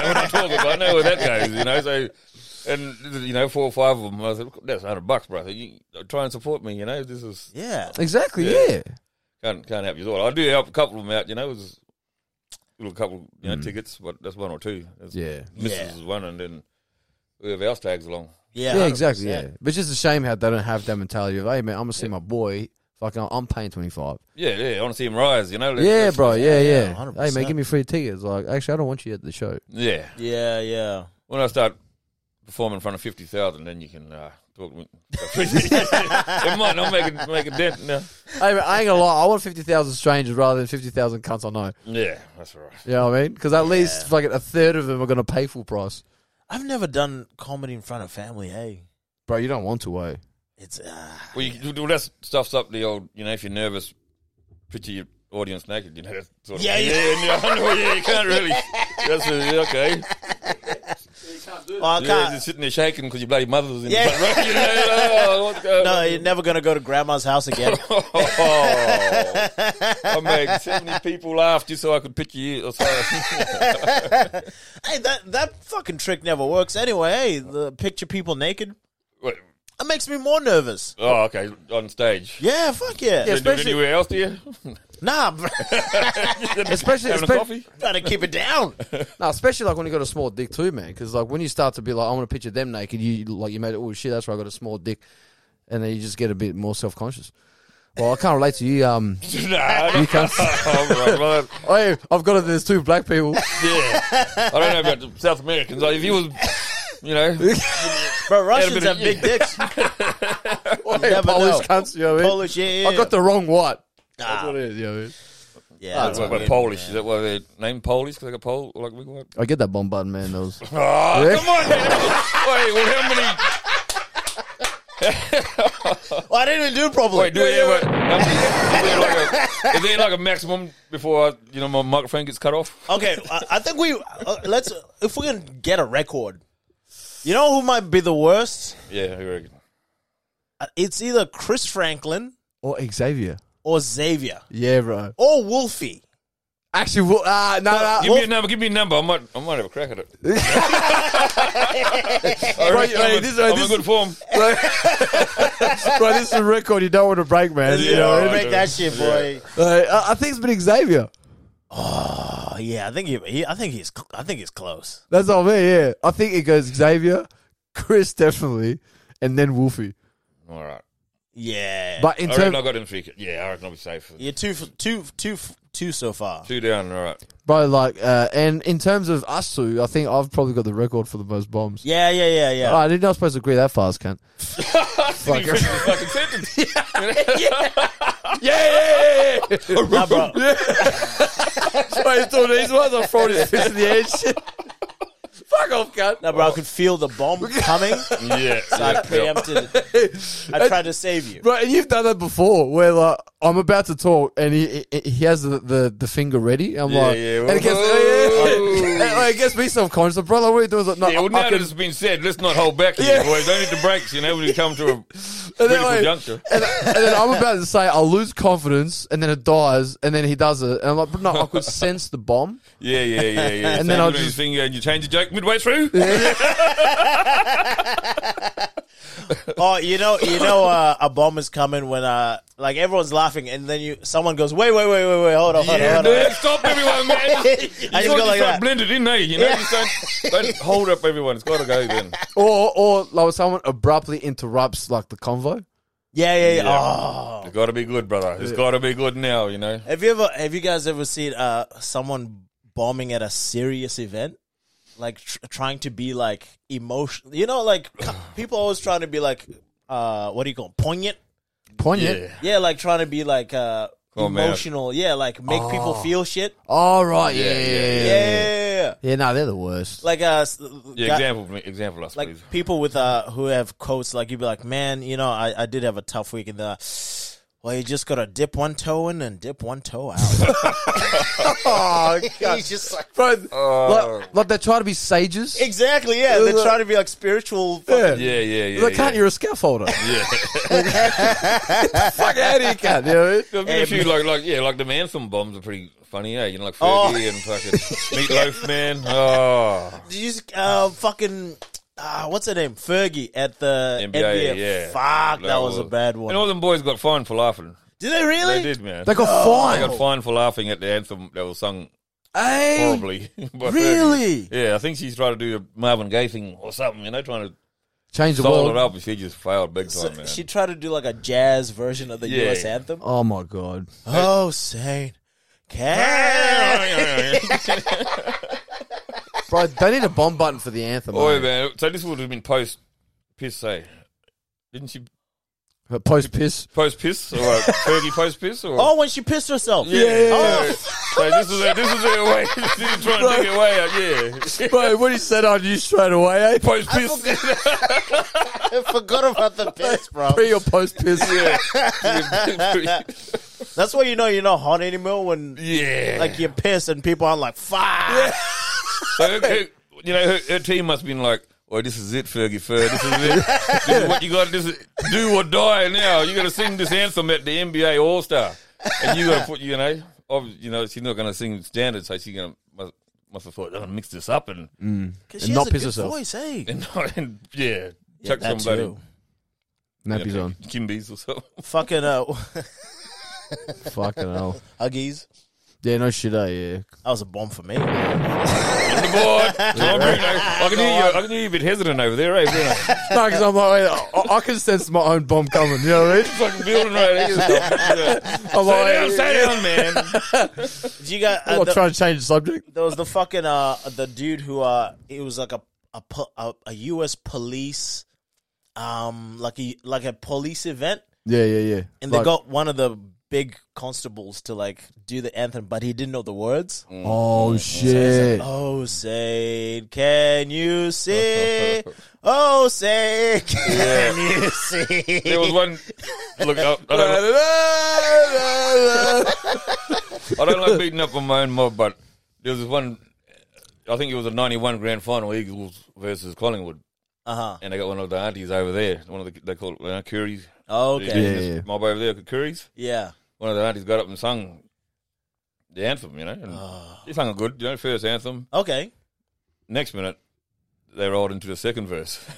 S3: what I'm talking about. I know where that goes, you know. So, and you know, four or five of them. I said, "That's hundred bucks, bro. So you try and support me, you know. This is
S2: Yeah.
S4: Exactly,
S3: Yeah.
S4: yeah.
S3: can't can't help you at all. I do help a couple of them out, you know. It was a little couple, you know, tickets, but that's one or two. That's,
S4: Mm. Yeah.
S3: Mrs.
S2: Yeah.
S3: is one, and then we have our tags along.
S2: Yeah.
S4: Yeah, exactly,
S2: 100%.
S4: yeah. But it's just a shame how they don't have that mentality of, hey, man, I'm going to see my boy. Fucking, I'm paying 25.
S3: Yeah, yeah. I want to see him rise, you know. Let's-
S4: yeah,
S3: let's-
S4: bro,
S2: yeah,
S4: yeah, yeah. Hey,
S2: 100%.
S4: man, give me free tickets. Like, actually, I don't want you at the show.
S3: Yeah.
S2: Yeah, yeah.
S3: When I start performing in front of fifty thousand, then you can uh, talk. to me. it might not make a, make a dent. No.
S4: hey, man, I ain't going to lie. I want 50,000 strangers rather than 50,000 cunts I know.
S3: Yeah, that's all right.
S4: You know what I mean? Because at least fucking a third of them are going to pay full price.
S2: I've never done comedy in front of family. Hey,
S4: Bro, you don't want to, eh?
S2: it's uh,
S3: Well, you, well, that stuffs up the old. You know, if you're nervous, picture your audience naked. You know, that sort of
S2: Yeah,
S3: yeah,
S2: yeah.
S3: yeah, yeah, yeah, You can't really. That's really, okay.
S2: oh, I
S3: Yeah,
S2: can't.
S3: just sitting there shaking because your bloody mother's in
S2: Yeah.
S3: the front row. You know, oh, what's going
S2: No,
S3: on?
S2: you're never gonna go to grandma's house again.
S3: Oh, I made seventy people laugh just so I could picture you. Or something.
S2: hey, that that fucking trick never works anyway. Hey, the picture people naked.
S3: Wait,
S2: It makes me more nervous.
S3: oh, okay, on stage.
S2: Yeah, fuck yeah.
S3: You do it anywhere else, do you?
S2: Nah, bro,
S4: Especially,
S3: Having a
S4: espe-
S3: coffee?
S2: trying to keep it down.
S4: no, especially like when you got a small dick too, man. Because like when you start to be like, I want to picture them naked, you like you made it. Oh shit, that's right, I got a small dick, and then you just get a bit more self conscious. Well, I can't relate to you. Um,
S3: nah, Oh, you can't. right, right.
S4: hey, I've got it. There's two black people.
S3: Yeah, I don't know about the South Americans. Like, if you was, you know,
S2: Bro, Russians
S3: bit
S2: have
S3: of-
S2: big dicks.
S4: Hey,
S2: never
S4: Polish
S2: know.
S4: cunts. You know what I mean?
S2: Polish, yeah, yeah.
S4: I got the wrong white. That's
S2: Ah.
S4: what it is. You know what I mean?
S2: Yeah, that's
S3: What
S2: what
S3: about
S2: we-
S3: Polish? Is that why they're named Polish? Because they got Pole, like we got.
S4: I get that bomb button, man. That was
S3: Oh,
S4: Yeah.
S3: come on! man. Wait, well, how many?
S2: Well, Oh, I didn't even do it properly.
S3: Wait, do we ever? Is there, like a, is there like a maximum before I, you know my microphone gets cut off?
S2: Okay, I, I think we uh, let's if we can get a record. You know who might be the worst?
S3: Yeah, who reckon?
S2: Uh, It's either Chris Franklin
S4: or Xavier.
S2: or Xavier
S4: Yeah, bro.
S2: or Wolfie.
S4: Actually, well, uh, no, no.
S3: Give me a number. Give me a number. I might, I might have a crack at it. I
S4: Right,
S3: reckon I'm
S4: right,
S3: in-
S4: this- right,
S3: I'm
S4: this-
S3: in good form.
S4: Bro, this is a record you don't want to break, man.
S3: Yeah.
S4: You know?
S3: I
S2: break
S3: do.
S2: that shit, boy.
S4: Uh, I- I think it's been Xavier.
S2: Oh yeah, I think he, he I think he's cl- I think he's close.
S4: That's all me, yeah. I think it goes Xavier, Chris definitely, and then Wolfie.
S3: All right.
S2: Yeah,
S4: But in
S3: I reckon I
S4: terms,
S3: got him three. Yeah, I reckon I'll be safe.
S2: you're two f- two two f- two so far.
S3: Two down. All right.
S4: bro, like, uh, and in terms of us two, I think I've probably got the record for the most bombs.
S2: Yeah, yeah, yeah, yeah.
S4: Oh, I didn't. I was supposed to agree that fast, cunt.
S3: Fucking sentence.
S4: Yeah, yeah, yeah.
S2: Nah, bro.
S4: Wait, all these ones. I throw his fist in the air. Fuck off, cunt.
S2: Nah, bro, I could feel the bomb coming. So
S3: Yeah.
S2: I
S3: yeah, yeah.
S2: preempted it. I tried to save you.
S4: Right, and you've done that before, where like I'm about to talk, and he he, he has the, the, the finger ready. I'm
S3: Yeah,
S4: like,
S3: yeah.
S4: and it gets,
S3: Whoa.
S4: and, like, it gets me self conscious. Brother, what are you doing? Like, no,
S3: Yeah, well,
S4: I, I
S3: now that
S4: can-
S3: it's been said, let's not hold back here,
S4: Yeah.
S3: boys. Don't hit the brakes, you know, when you come to a
S4: and, then,
S3: critical
S4: like-
S3: juncture.
S4: and, and then I'm about to say I lose confidence, and then it dies, and then he does it, and I'm like, but no, I could sense the bomb.
S3: Yeah, yeah, yeah, yeah.
S4: And
S3: So
S4: then
S3: you
S4: I'll
S3: do your
S4: just-
S3: finger and you change the joke midway through.
S2: Oh, you know, you know, uh, a bomb is coming when uh, like everyone's laughing, and then you someone goes, wait, wait, wait, wait, wait, hold on, hold
S3: Yeah,
S2: on, hold on.
S3: dude, stop everyone, man. Just- You
S2: I just
S3: gotta
S2: go like
S3: start
S2: that.
S3: blended in there, you know. Just don't, don't hold up everyone. It's got to go then.
S4: Or or like someone abruptly interrupts like the convo.
S2: Yeah, yeah, yeah.
S3: Yeah.
S2: Oh.
S3: It's got to be good, brother. It's got to be good now, you know.
S2: Have you ever? Have you guys ever seen uh someone bombing at a serious event, like tr- trying to be like emotional? You know, like people always trying to be like, uh, what do you call it? poignant?
S4: Poignant.
S2: Yeah, like trying to be like uh
S3: Oh, man.
S2: emotional. Yeah, like make people feel shit.
S4: All Oh, right. Yeah.
S3: Yeah,
S4: Yeah.
S3: yeah,
S4: Yeah.
S2: Yeah, yeah, yeah, yeah.
S4: Yeah, no, they're the worst.
S2: like uh, s-
S3: Yeah,
S2: guy-
S3: example, example us,
S2: like
S3: please.
S2: people with uh who have quotes like you'd be like, man, you know, I, I did have a tough week, and the well, you just gotta dip one toe in and dip one toe out.
S4: Oh,
S2: He's just like.
S4: bro, like, like they try to be sages.
S2: Exactly, yeah. They're trying to be like spiritual. fucking-
S3: Yeah,
S4: Yeah.
S3: yeah, yeah.
S4: Like, can't
S3: yeah.
S4: you're a scaffolder?
S3: Yeah.
S4: Fuck out of here, cunt. You know?
S3: There've been a few like, like, yeah, like the Manson bombs are pretty funny, yeah. You know, like Fergie
S2: Oh.
S3: and fucking Meatloaf Man. Oh,
S2: Did you just, uh, fucking uh, what's her name? Fergie at the NBA.
S3: NBA, yeah.
S2: Fuck, that
S3: Like,
S2: was a
S3: well,
S2: bad
S3: And all
S2: one.
S3: them boys got fined for laughing.
S2: Did they really?
S3: They did, man.
S4: They got
S3: I got
S2: Oh.
S4: fined.
S3: fined for laughing at the anthem that was sung
S4: Hey,
S2: Eh,
S3: horribly. by Fergie.
S4: really?
S3: Yeah, I think she's trying to do a Marvin Gaye thing or something, you know, trying to
S4: Change the
S3: solo
S4: world.
S3: it up, and she just failed big time,
S2: So
S3: man.
S2: she tried to do like a jazz version of the
S3: Yeah.
S2: U.S. anthem.
S4: Oh my god.
S2: Oh, Saint Cat.
S4: Bro, they need a bomb button for the anthem.
S3: Boy,
S4: mate.
S3: man. So this would have been post piss, eh? Didn't she
S4: Her Post piss.
S3: post piss or uh, Fergie post piss or?
S2: Oh, when she pissed herself. Oh.
S3: So, so this is this is their way. She's trying to take it way out. Yeah.
S4: Bro, what he said on you straight away, eh?
S3: Post piss.
S2: I forgot about the piss, bro.
S4: Pre or post piss?
S3: yeah.
S2: That's why you know you're not hot anymore when
S3: yeah.
S2: like you're pissed and people aren't like, fuck.
S3: So her, her- you know, her, her team must have been like, "Oh, this is it, Fergie Fer. This is it. this is what you got. This is do or die now. You got to sing this anthem at the NBA All Star, and you got to put, you know, ob- you know, she's not going to sing standard, so she's going to must, must have thought I'm going to mix this up
S2: 'Cause
S3: and
S4: And
S2: she has
S4: not
S2: a
S4: piss
S2: good
S4: herself.
S2: voice, eh?
S3: and, and yeah, chuck
S2: that
S3: somebody
S2: too.
S4: Nappies on.
S3: Kimbies or something.
S2: Fucking uh,
S4: Fucking hell.
S2: Huggies.
S4: Yeah, no shit, eh? Yeah.
S2: That was a bomb for me.
S3: On the board, Tom Bruno. I can hear you. I can hear you a bit hesitant over there, right? Bruno?
S4: No, because I'm like, I, I can sense my own bomb coming. You know what I mean?
S3: Fucking building right here. Yeah.
S4: I'm
S3: Stay down,
S4: like,
S3: stay down, man.
S2: Did you got
S4: I'm
S2: uh,
S4: not
S2: the-
S4: trying to change the subject.
S2: there was the fucking uh the dude who uh it was like a a po- a, a U.S. police um like a like a police event
S4: Yeah, yeah, yeah.
S2: and
S4: Like-
S2: they got one of the big constables to like do the anthem but he didn't know the words
S4: Oh shit!
S2: oh say can you see oh say can you see
S3: There was one. Look, I, I don't, I don't like beating up on my own mob, but there was one. I think it was a '91 Grand Final, Eagles versus Collingwood,
S2: uh-huh
S3: and they got one of the aunties over there. One of the they call it uh, Curries.
S2: okay
S4: Yeah.
S3: Mob over there, Curries.
S2: yeah
S3: One of the aunties got up and sung the anthem, you know. And
S4: Ah.
S3: he sung it good, you know, first anthem.
S2: Okay.
S3: Next minute, they rolled into the second verse.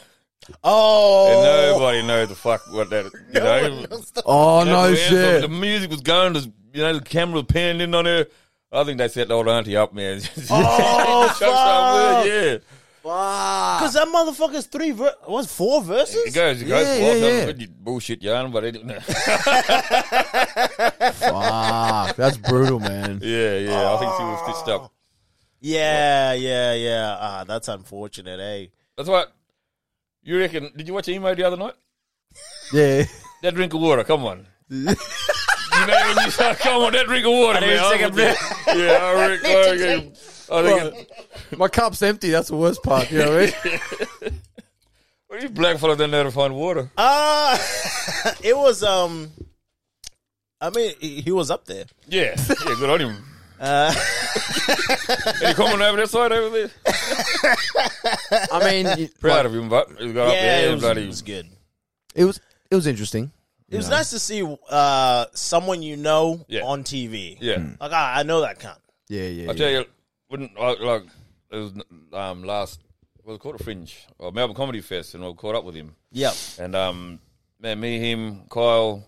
S3: And
S2: Oh.
S3: nobody knows the fuck what that, you know.
S4: Oh no
S3: the anthem,
S4: shit!
S3: The music was going, the, you know, the camera was panning in on her. I think they set the old auntie up, man.
S2: Oh,
S3: Choked up,
S2: fuck.
S3: yeah.
S2: Because that motherfucker's three, ver- was four verses?
S3: It goes, it goes.
S4: Yeah,
S3: Yeah,
S4: yeah, yeah.
S3: Bullshit yarn, but it,
S4: Fuck, that's brutal, man.
S3: yeah, yeah. I think she was stitched up.
S2: Yeah, yeah, yeah. Ah, that's unfortunate, eh?
S3: That's what you reckon. Did you watch emo the other night?
S4: Yeah,
S3: That drink of water. Come on. you know when you start, come on, that drink of water,
S2: need
S3: man.
S2: a
S3: I
S2: second
S3: was- yeah, I reckon. I reckon- I reckon-
S4: my cup's empty. That's the worst part. You know what I mean?
S3: Well, you black fellas don't know how to find water.
S2: Uh, it was, um, I mean, he he was up there.
S3: Yeah, yeah, good on him.
S2: Uh.
S3: Any comment over that side over there?
S4: I mean, you-
S3: Proud of him, but he got up
S2: yeah,
S3: there.
S2: it was,
S3: bloody-
S2: it was good.
S4: it was it was interesting.
S2: It was nice to see uh, someone you know
S3: Yeah.
S2: on TV.
S3: yeah.
S2: Like, ah, I know that cunt.
S4: Yeah, yeah.
S3: I tell you, when I, like it was um, last what was it called a fringe or Melbourne Comedy Fest, and I caught up with him,
S2: Yeah.
S3: and um, man, me, him, Kyle,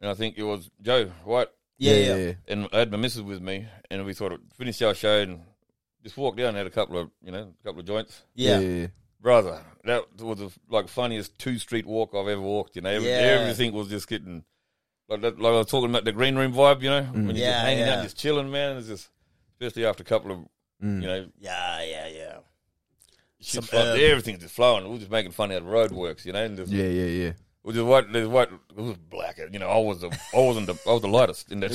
S3: and I think it was Joe White,
S2: Yeah, yeah.
S3: and I had my missus with me, and we sort of finished our show and just walked down and had a couple of you know a couple of joints,
S2: Yeah.
S4: yeah.
S3: brother. That was the like funniest two street walk I've ever walked. You know, Every-
S2: Yeah.
S3: everything was just getting. Like, that, like I was talking about the green room vibe, you know, when you're
S2: Mm. Yeah,
S3: just hanging
S2: yeah.
S3: out, just chilling, man. It's just, especially after a couple of, you know,
S2: Yeah, yeah, yeah.
S3: Shit's
S2: Some,
S3: fun.
S2: um,
S3: everything's just flowing. We We're just making fun out of roadworks, you know. And just,
S4: Yeah, yeah, yeah.
S3: we just white, there's white, it was black. You know, I was the, I wasn't the, I was the lightest in that.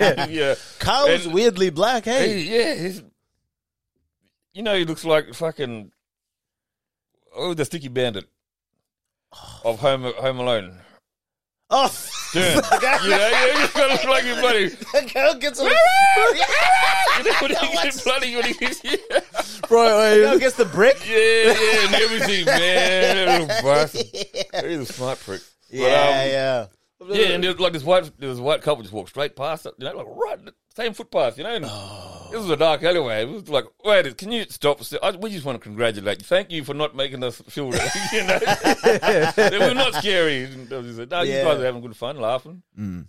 S3: Like, yeah,
S2: Kyle was
S3: And-
S2: weirdly black, hey?
S3: He- yeah. He's, you know, he looks like fucking oh, the sticky bandit of Home Home Alone.
S2: Oh,
S3: Yeah, you know, yeah, he's got a bloody bloody.
S2: that girl gets a,
S3: You know, when he gets bloody, when he gets, yeah.
S2: girl gets the brick.
S3: Yeah, yeah, and everything, man. Little bastard. He's a smart prick. But,
S2: Yeah,
S3: um,
S2: yeah.
S3: Yeah, and there's like this white, this white couple just walked straight past it, you know, like right the same footpath, you know. And This was a dark alleyway. It was like, wait, can you stop? I, we just want to congratulate you. Thank you for not making us feel, that, you know, they were not scary. And they just said, no,
S2: Yeah.
S3: you guys are having good fun, laughing, and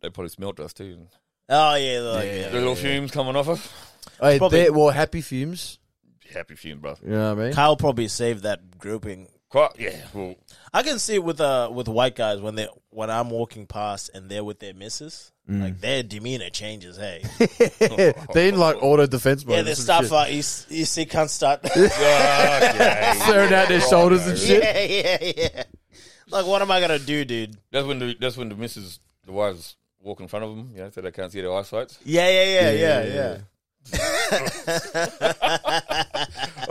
S3: they probably smelt us too. And
S2: Oh, yeah. Like, yeah.
S3: the little fumes coming off us.
S4: Hey,
S2: Probably-
S4: they were happy fumes.
S3: Happy fume, bro.
S4: You know what I mean?
S2: Kyle probably saved that grouping.
S3: Quite, yeah. Well,
S2: I can see it with uh with white guys when they when I'm walking past and they're with their missus, like their demeanor changes. Hey,
S4: they in like auto defense mode.
S2: yeah,
S4: or
S2: their
S4: some
S2: stuff.
S4: shit.
S2: Uh, you, s- you see, can't start.
S3: okay.
S4: staring out their shoulders and shit.
S2: yeah, yeah, yeah. Like, what am I gonna do, dude?
S3: that's when the that's when the missus, the wives walk in front of them, you know, so they can't see their eyesight.
S2: Yeah, yeah, yeah, yeah, yeah.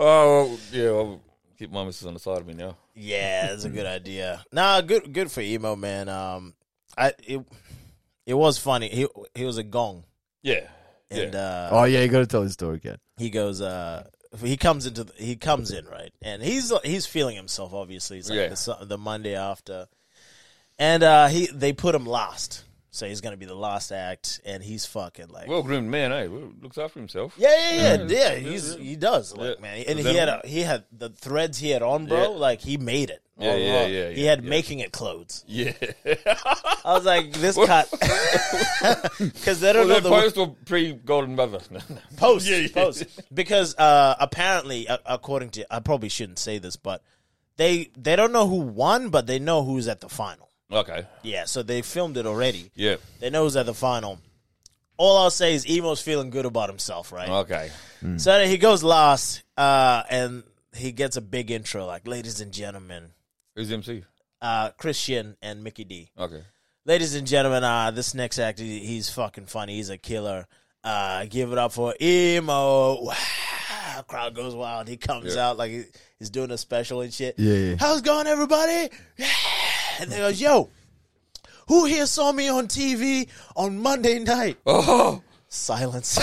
S3: Oh well, yeah, I'll keep my missus on the side of me now.
S2: Yeah, that's a good idea. Nah, good, good for emo man. Um, I it it was funny. He he was a gong,
S3: Yeah,
S2: and
S3: yeah.
S2: uh,
S4: Oh yeah, you got to tell his story again.
S2: he goes uh he comes into the, he comes in right and he's he's feeling himself obviously it's like
S3: Yeah.
S2: the, Su- the monday after and uh he they put him last so he's gonna be the last act and he's fucking like
S3: well groomed man, eh? Well, Looks after himself.
S2: yeah yeah yeah yeah he's he does like
S3: Yeah.
S2: man and
S3: Was
S2: he
S3: that
S2: had
S3: one?
S2: a, he had the threads he had on bro
S3: Yeah.
S2: like he made it
S3: Yeah,
S2: all
S3: yeah,
S2: along.
S3: yeah,
S2: he
S3: yeah,
S2: had
S3: yeah.
S2: making it clothes
S3: yeah.
S2: i was like this cut because they
S3: well,
S2: don't
S3: that
S2: know the
S3: post or pre Golden Mother?
S2: post,
S3: Yeah, yeah.
S2: post. Because uh, apparently, uh, according to, I probably shouldn't say this, but they they don't know who won, but they know who's at the final.
S3: okay.
S2: Yeah, so they filmed it already.
S3: Yeah.
S2: They know who's at the final. All I'll say is Emo's feeling good about himself, right?
S3: Okay.
S2: So then he goes last, uh, and he gets a big intro, like "Ladies and gentlemen."
S3: Who's MC?
S2: Uh, Christian and Mickey D.
S3: Okay.
S2: Ladies and gentlemen, uh, this next act, he- he's fucking funny. He's a killer. Uh, give it up for Emo. Wow. Crowd goes wild. He comes out like he- he's doing a special and shit.
S4: Yeah, yeah.
S2: How's it going, everybody? Yeah. And they goes, yo, who here saw me on TV on Monday night?
S3: Oh,
S2: Silence.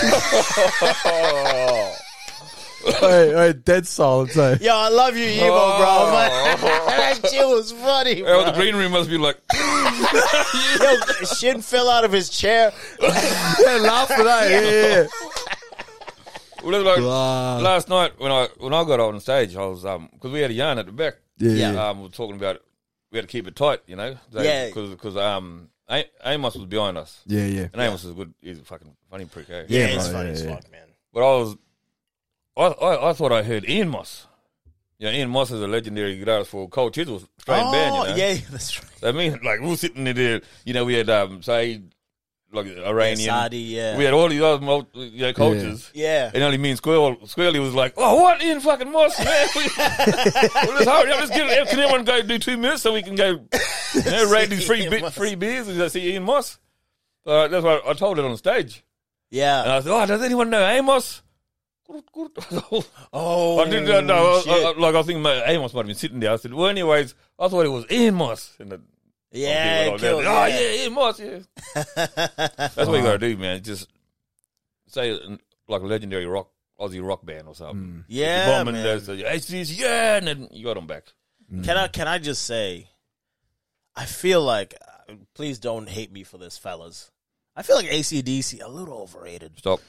S4: hey, hey, dead silence. Hey.
S2: yo, I love you, Emo, bro.
S3: Oh.
S2: But that shit was funny,
S3: well,
S2: bro.
S3: the green room must be like.
S2: Yo, Shin fell out of his chair.
S4: yeah, laugh for that. Yeah,
S3: Well, like,
S4: Wow.
S3: last night when I when I got on stage, I was um because we had a yarn at the back.
S4: Yeah, Yeah. yeah.
S3: Um, we were talking about we had to keep it tight, you know.
S2: Yeah.
S3: Because because um A- Amos was behind us,
S4: yeah, yeah, yeah.
S3: and Amos is a good. He's a fucking funny prick. Eh?
S4: Yeah,
S2: it's
S4: bro,
S2: funny
S4: yeah,
S2: as
S4: yeah.
S2: fuck, man.
S3: But I was, I, I, I thought I heard Ian Moss. Yeah, Ian Moss is a legendary guitarist for Cold Chisel, Australian band. You know?
S2: Oh, yeah, that's right.
S3: So I mean, like we were sitting there, you know, we had um, say, like Iranian,
S2: Saudi, yeah.
S3: we had all these other mul- you know, cultures.
S2: Yeah.
S3: And only me and Squirrel, Squirrely was like, "Oh, what Ian fucking Moss, man? We, well, let's hurry up, let's get it. Can everyone go do two minutes so we can go, you know, rate these free
S2: Ian
S3: bi-
S2: Moss.
S3: free beers and go see Ian Moss." So that's why I told it on stage, and
S2: yeah.
S3: I said, "Oh, does anyone know Amos?"
S2: oh,
S3: I didn't uh, know. I,
S2: shit.
S3: I, I, like I think my, Amos might have been sitting there. I said, "Well, anyways, I thought it was Ian Moss." And the,
S2: yeah,
S3: oh,
S2: killed,
S3: yeah,
S2: yeah.
S3: Ian Moss. Yeah, that's what you got to do, man. Just say mm, like a legendary rock Aussie rock band or something.
S2: Yeah,
S3: Bomb
S2: man.
S3: and those, HCs, yeah, and then you got them back.
S2: Can I can I just say, I feel like, uh, please don't hate me for this, fellas. I feel like ACDC a little overrated.
S3: Stop.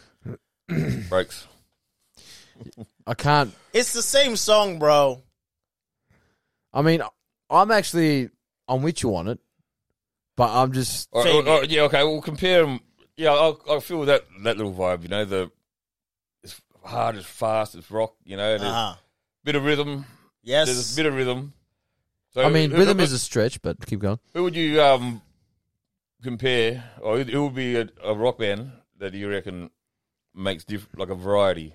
S3: Breaks.
S4: I can't.
S2: It's the same song, bro.
S4: I mean, I'm actually I'm with you on it, but I'm just
S3: Or,
S2: Fade
S3: or- or- yeah, okay. We'll compare them. Yeah, I, I feel that that little vibe. You know, the it's hard, it's fast, it's rock. You know, there's
S2: Uh huh.
S3: bit of rhythm. There's a
S2: Yes.
S3: bit of rhythm. So
S4: I mean,
S3: who-
S4: rhythm
S3: who-
S4: is a stretch, but keep going.
S3: Who would you um compare, or who who would be a, a rock band that you reckon makes diff- like a variety?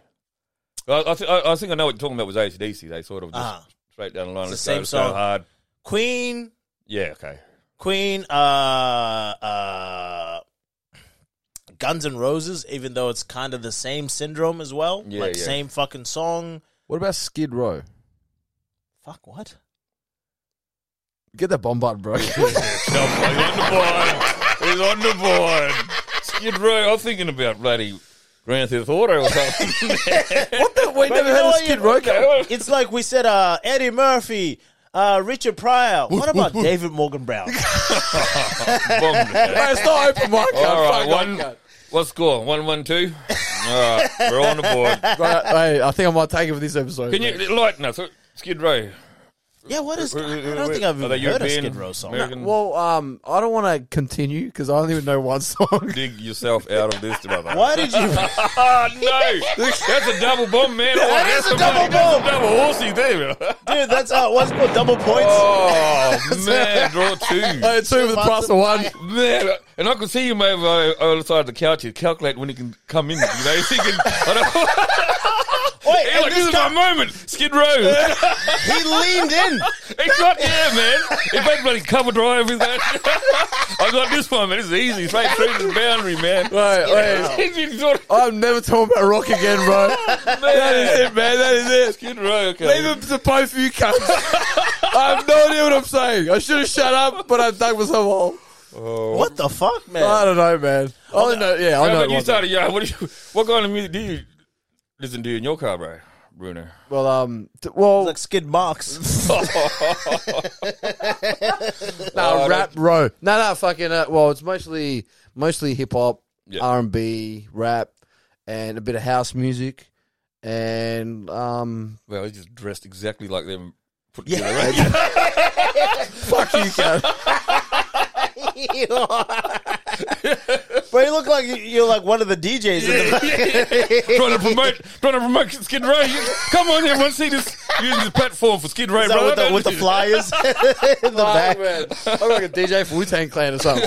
S3: I, I, th- I, I think I know what you're talking about was ACDC. They sort of just
S2: Uh-huh.
S3: straight down the line.
S2: It's
S3: let's
S2: the
S3: go,
S2: same
S3: let's
S2: song.
S3: Go hard.
S2: Queen,
S3: Yeah. Okay.
S2: Queen, uh, uh, Guns N' Roses. Even though it's kind of the same syndrome as well,
S3: Yeah,
S2: like
S3: yeah.
S2: same fucking song.
S4: What about Skid Row?
S2: Fuck what?
S4: Get that bombard, bro.
S3: Come on, he's on the board. He's on the board. Skid Row. I'm thinking about bloody Grand Theft Auto or something.
S4: Wait, never
S2: you know
S4: heard of
S2: what,
S4: Skid
S2: you-
S4: Row?
S2: It's like we said, uh, Eddie Murphy, uh, Richard Pryor. What about David Morgan Brown?
S3: Bummed.
S4: It's not open mic.
S3: All right,
S4: fuck,
S3: one.
S4: I can't.
S3: What score? One, one, two. All right, we're on the board.
S4: Right, hey, I think I might take it for this episode.
S3: Can you lighten us? Skid Row.
S2: yeah, what is? I
S3: Wait, wait, wait,
S2: don't
S3: wait.
S2: think I've
S3: Are
S2: even
S3: they
S2: heard a
S3: European,
S2: Skid Row song.
S3: American?
S4: Well, um, I don't want to continue because I only know one song.
S3: dig yourself out of this, brother.
S2: Why did you?
S3: Oh, no, that's a double bomb, man. That
S2: is a double bomb.
S3: double horsey there.
S2: Dude, that's uh, what's called double points.
S3: Oh man, draw two.
S4: Hey, two for the price of one.
S3: Man, and I could see him over on the side of the couch. He'd calculate when he can come in. You know, he's thinking, I
S2: Wait,
S3: don't,
S2: and
S3: like,
S2: this
S3: this is
S2: guy-
S3: my moment. Skid Row.
S2: he leaned in.
S3: It's not there, man. If that bloody cover drive is that, I got this one, man. This is easy. Straight through to the boundary, man.
S4: Right, wait.
S3: You thought,
S4: I'm never talking about rock again, bro. That is it, man. That is it.
S3: Skid Row. Okay.
S4: Leave it to both of you cunts. I have no idea what I'm saying. I should have shut up, but I dug myself a hole.
S3: Oh.
S2: What the fuck, man?
S4: I don't know, man. I don't know. Yeah, I
S3: How
S4: know.
S3: about
S4: it
S3: you
S4: wasn't.
S3: started, yeah. What, do you, what kind of music do you listen to in your car, bro, Bruno?
S4: Well, um, t- well,
S2: Like Skid Marks.
S3: Oh,
S4: no, rap, bro. No, no, fucking. Uh, well, it's mostly mostly hip hop,
S3: Yeah.
S4: R and B, rap, and a bit of house music, and um,
S3: Well, he's just dressed exactly like them. Put
S2: Yeah.
S3: together, right? yeah.
S4: fuck you, cunt.
S2: but you look like you- you're like one of the DJs. In the-
S3: trying to promote, trying to promote Skid Row. You- Come on, everyone, see this using this platform for Skid Row,
S2: Is that
S3: bro.
S2: with the, with the flyers in the back.
S4: I'm like a DJ for Wu Tang Clan or something.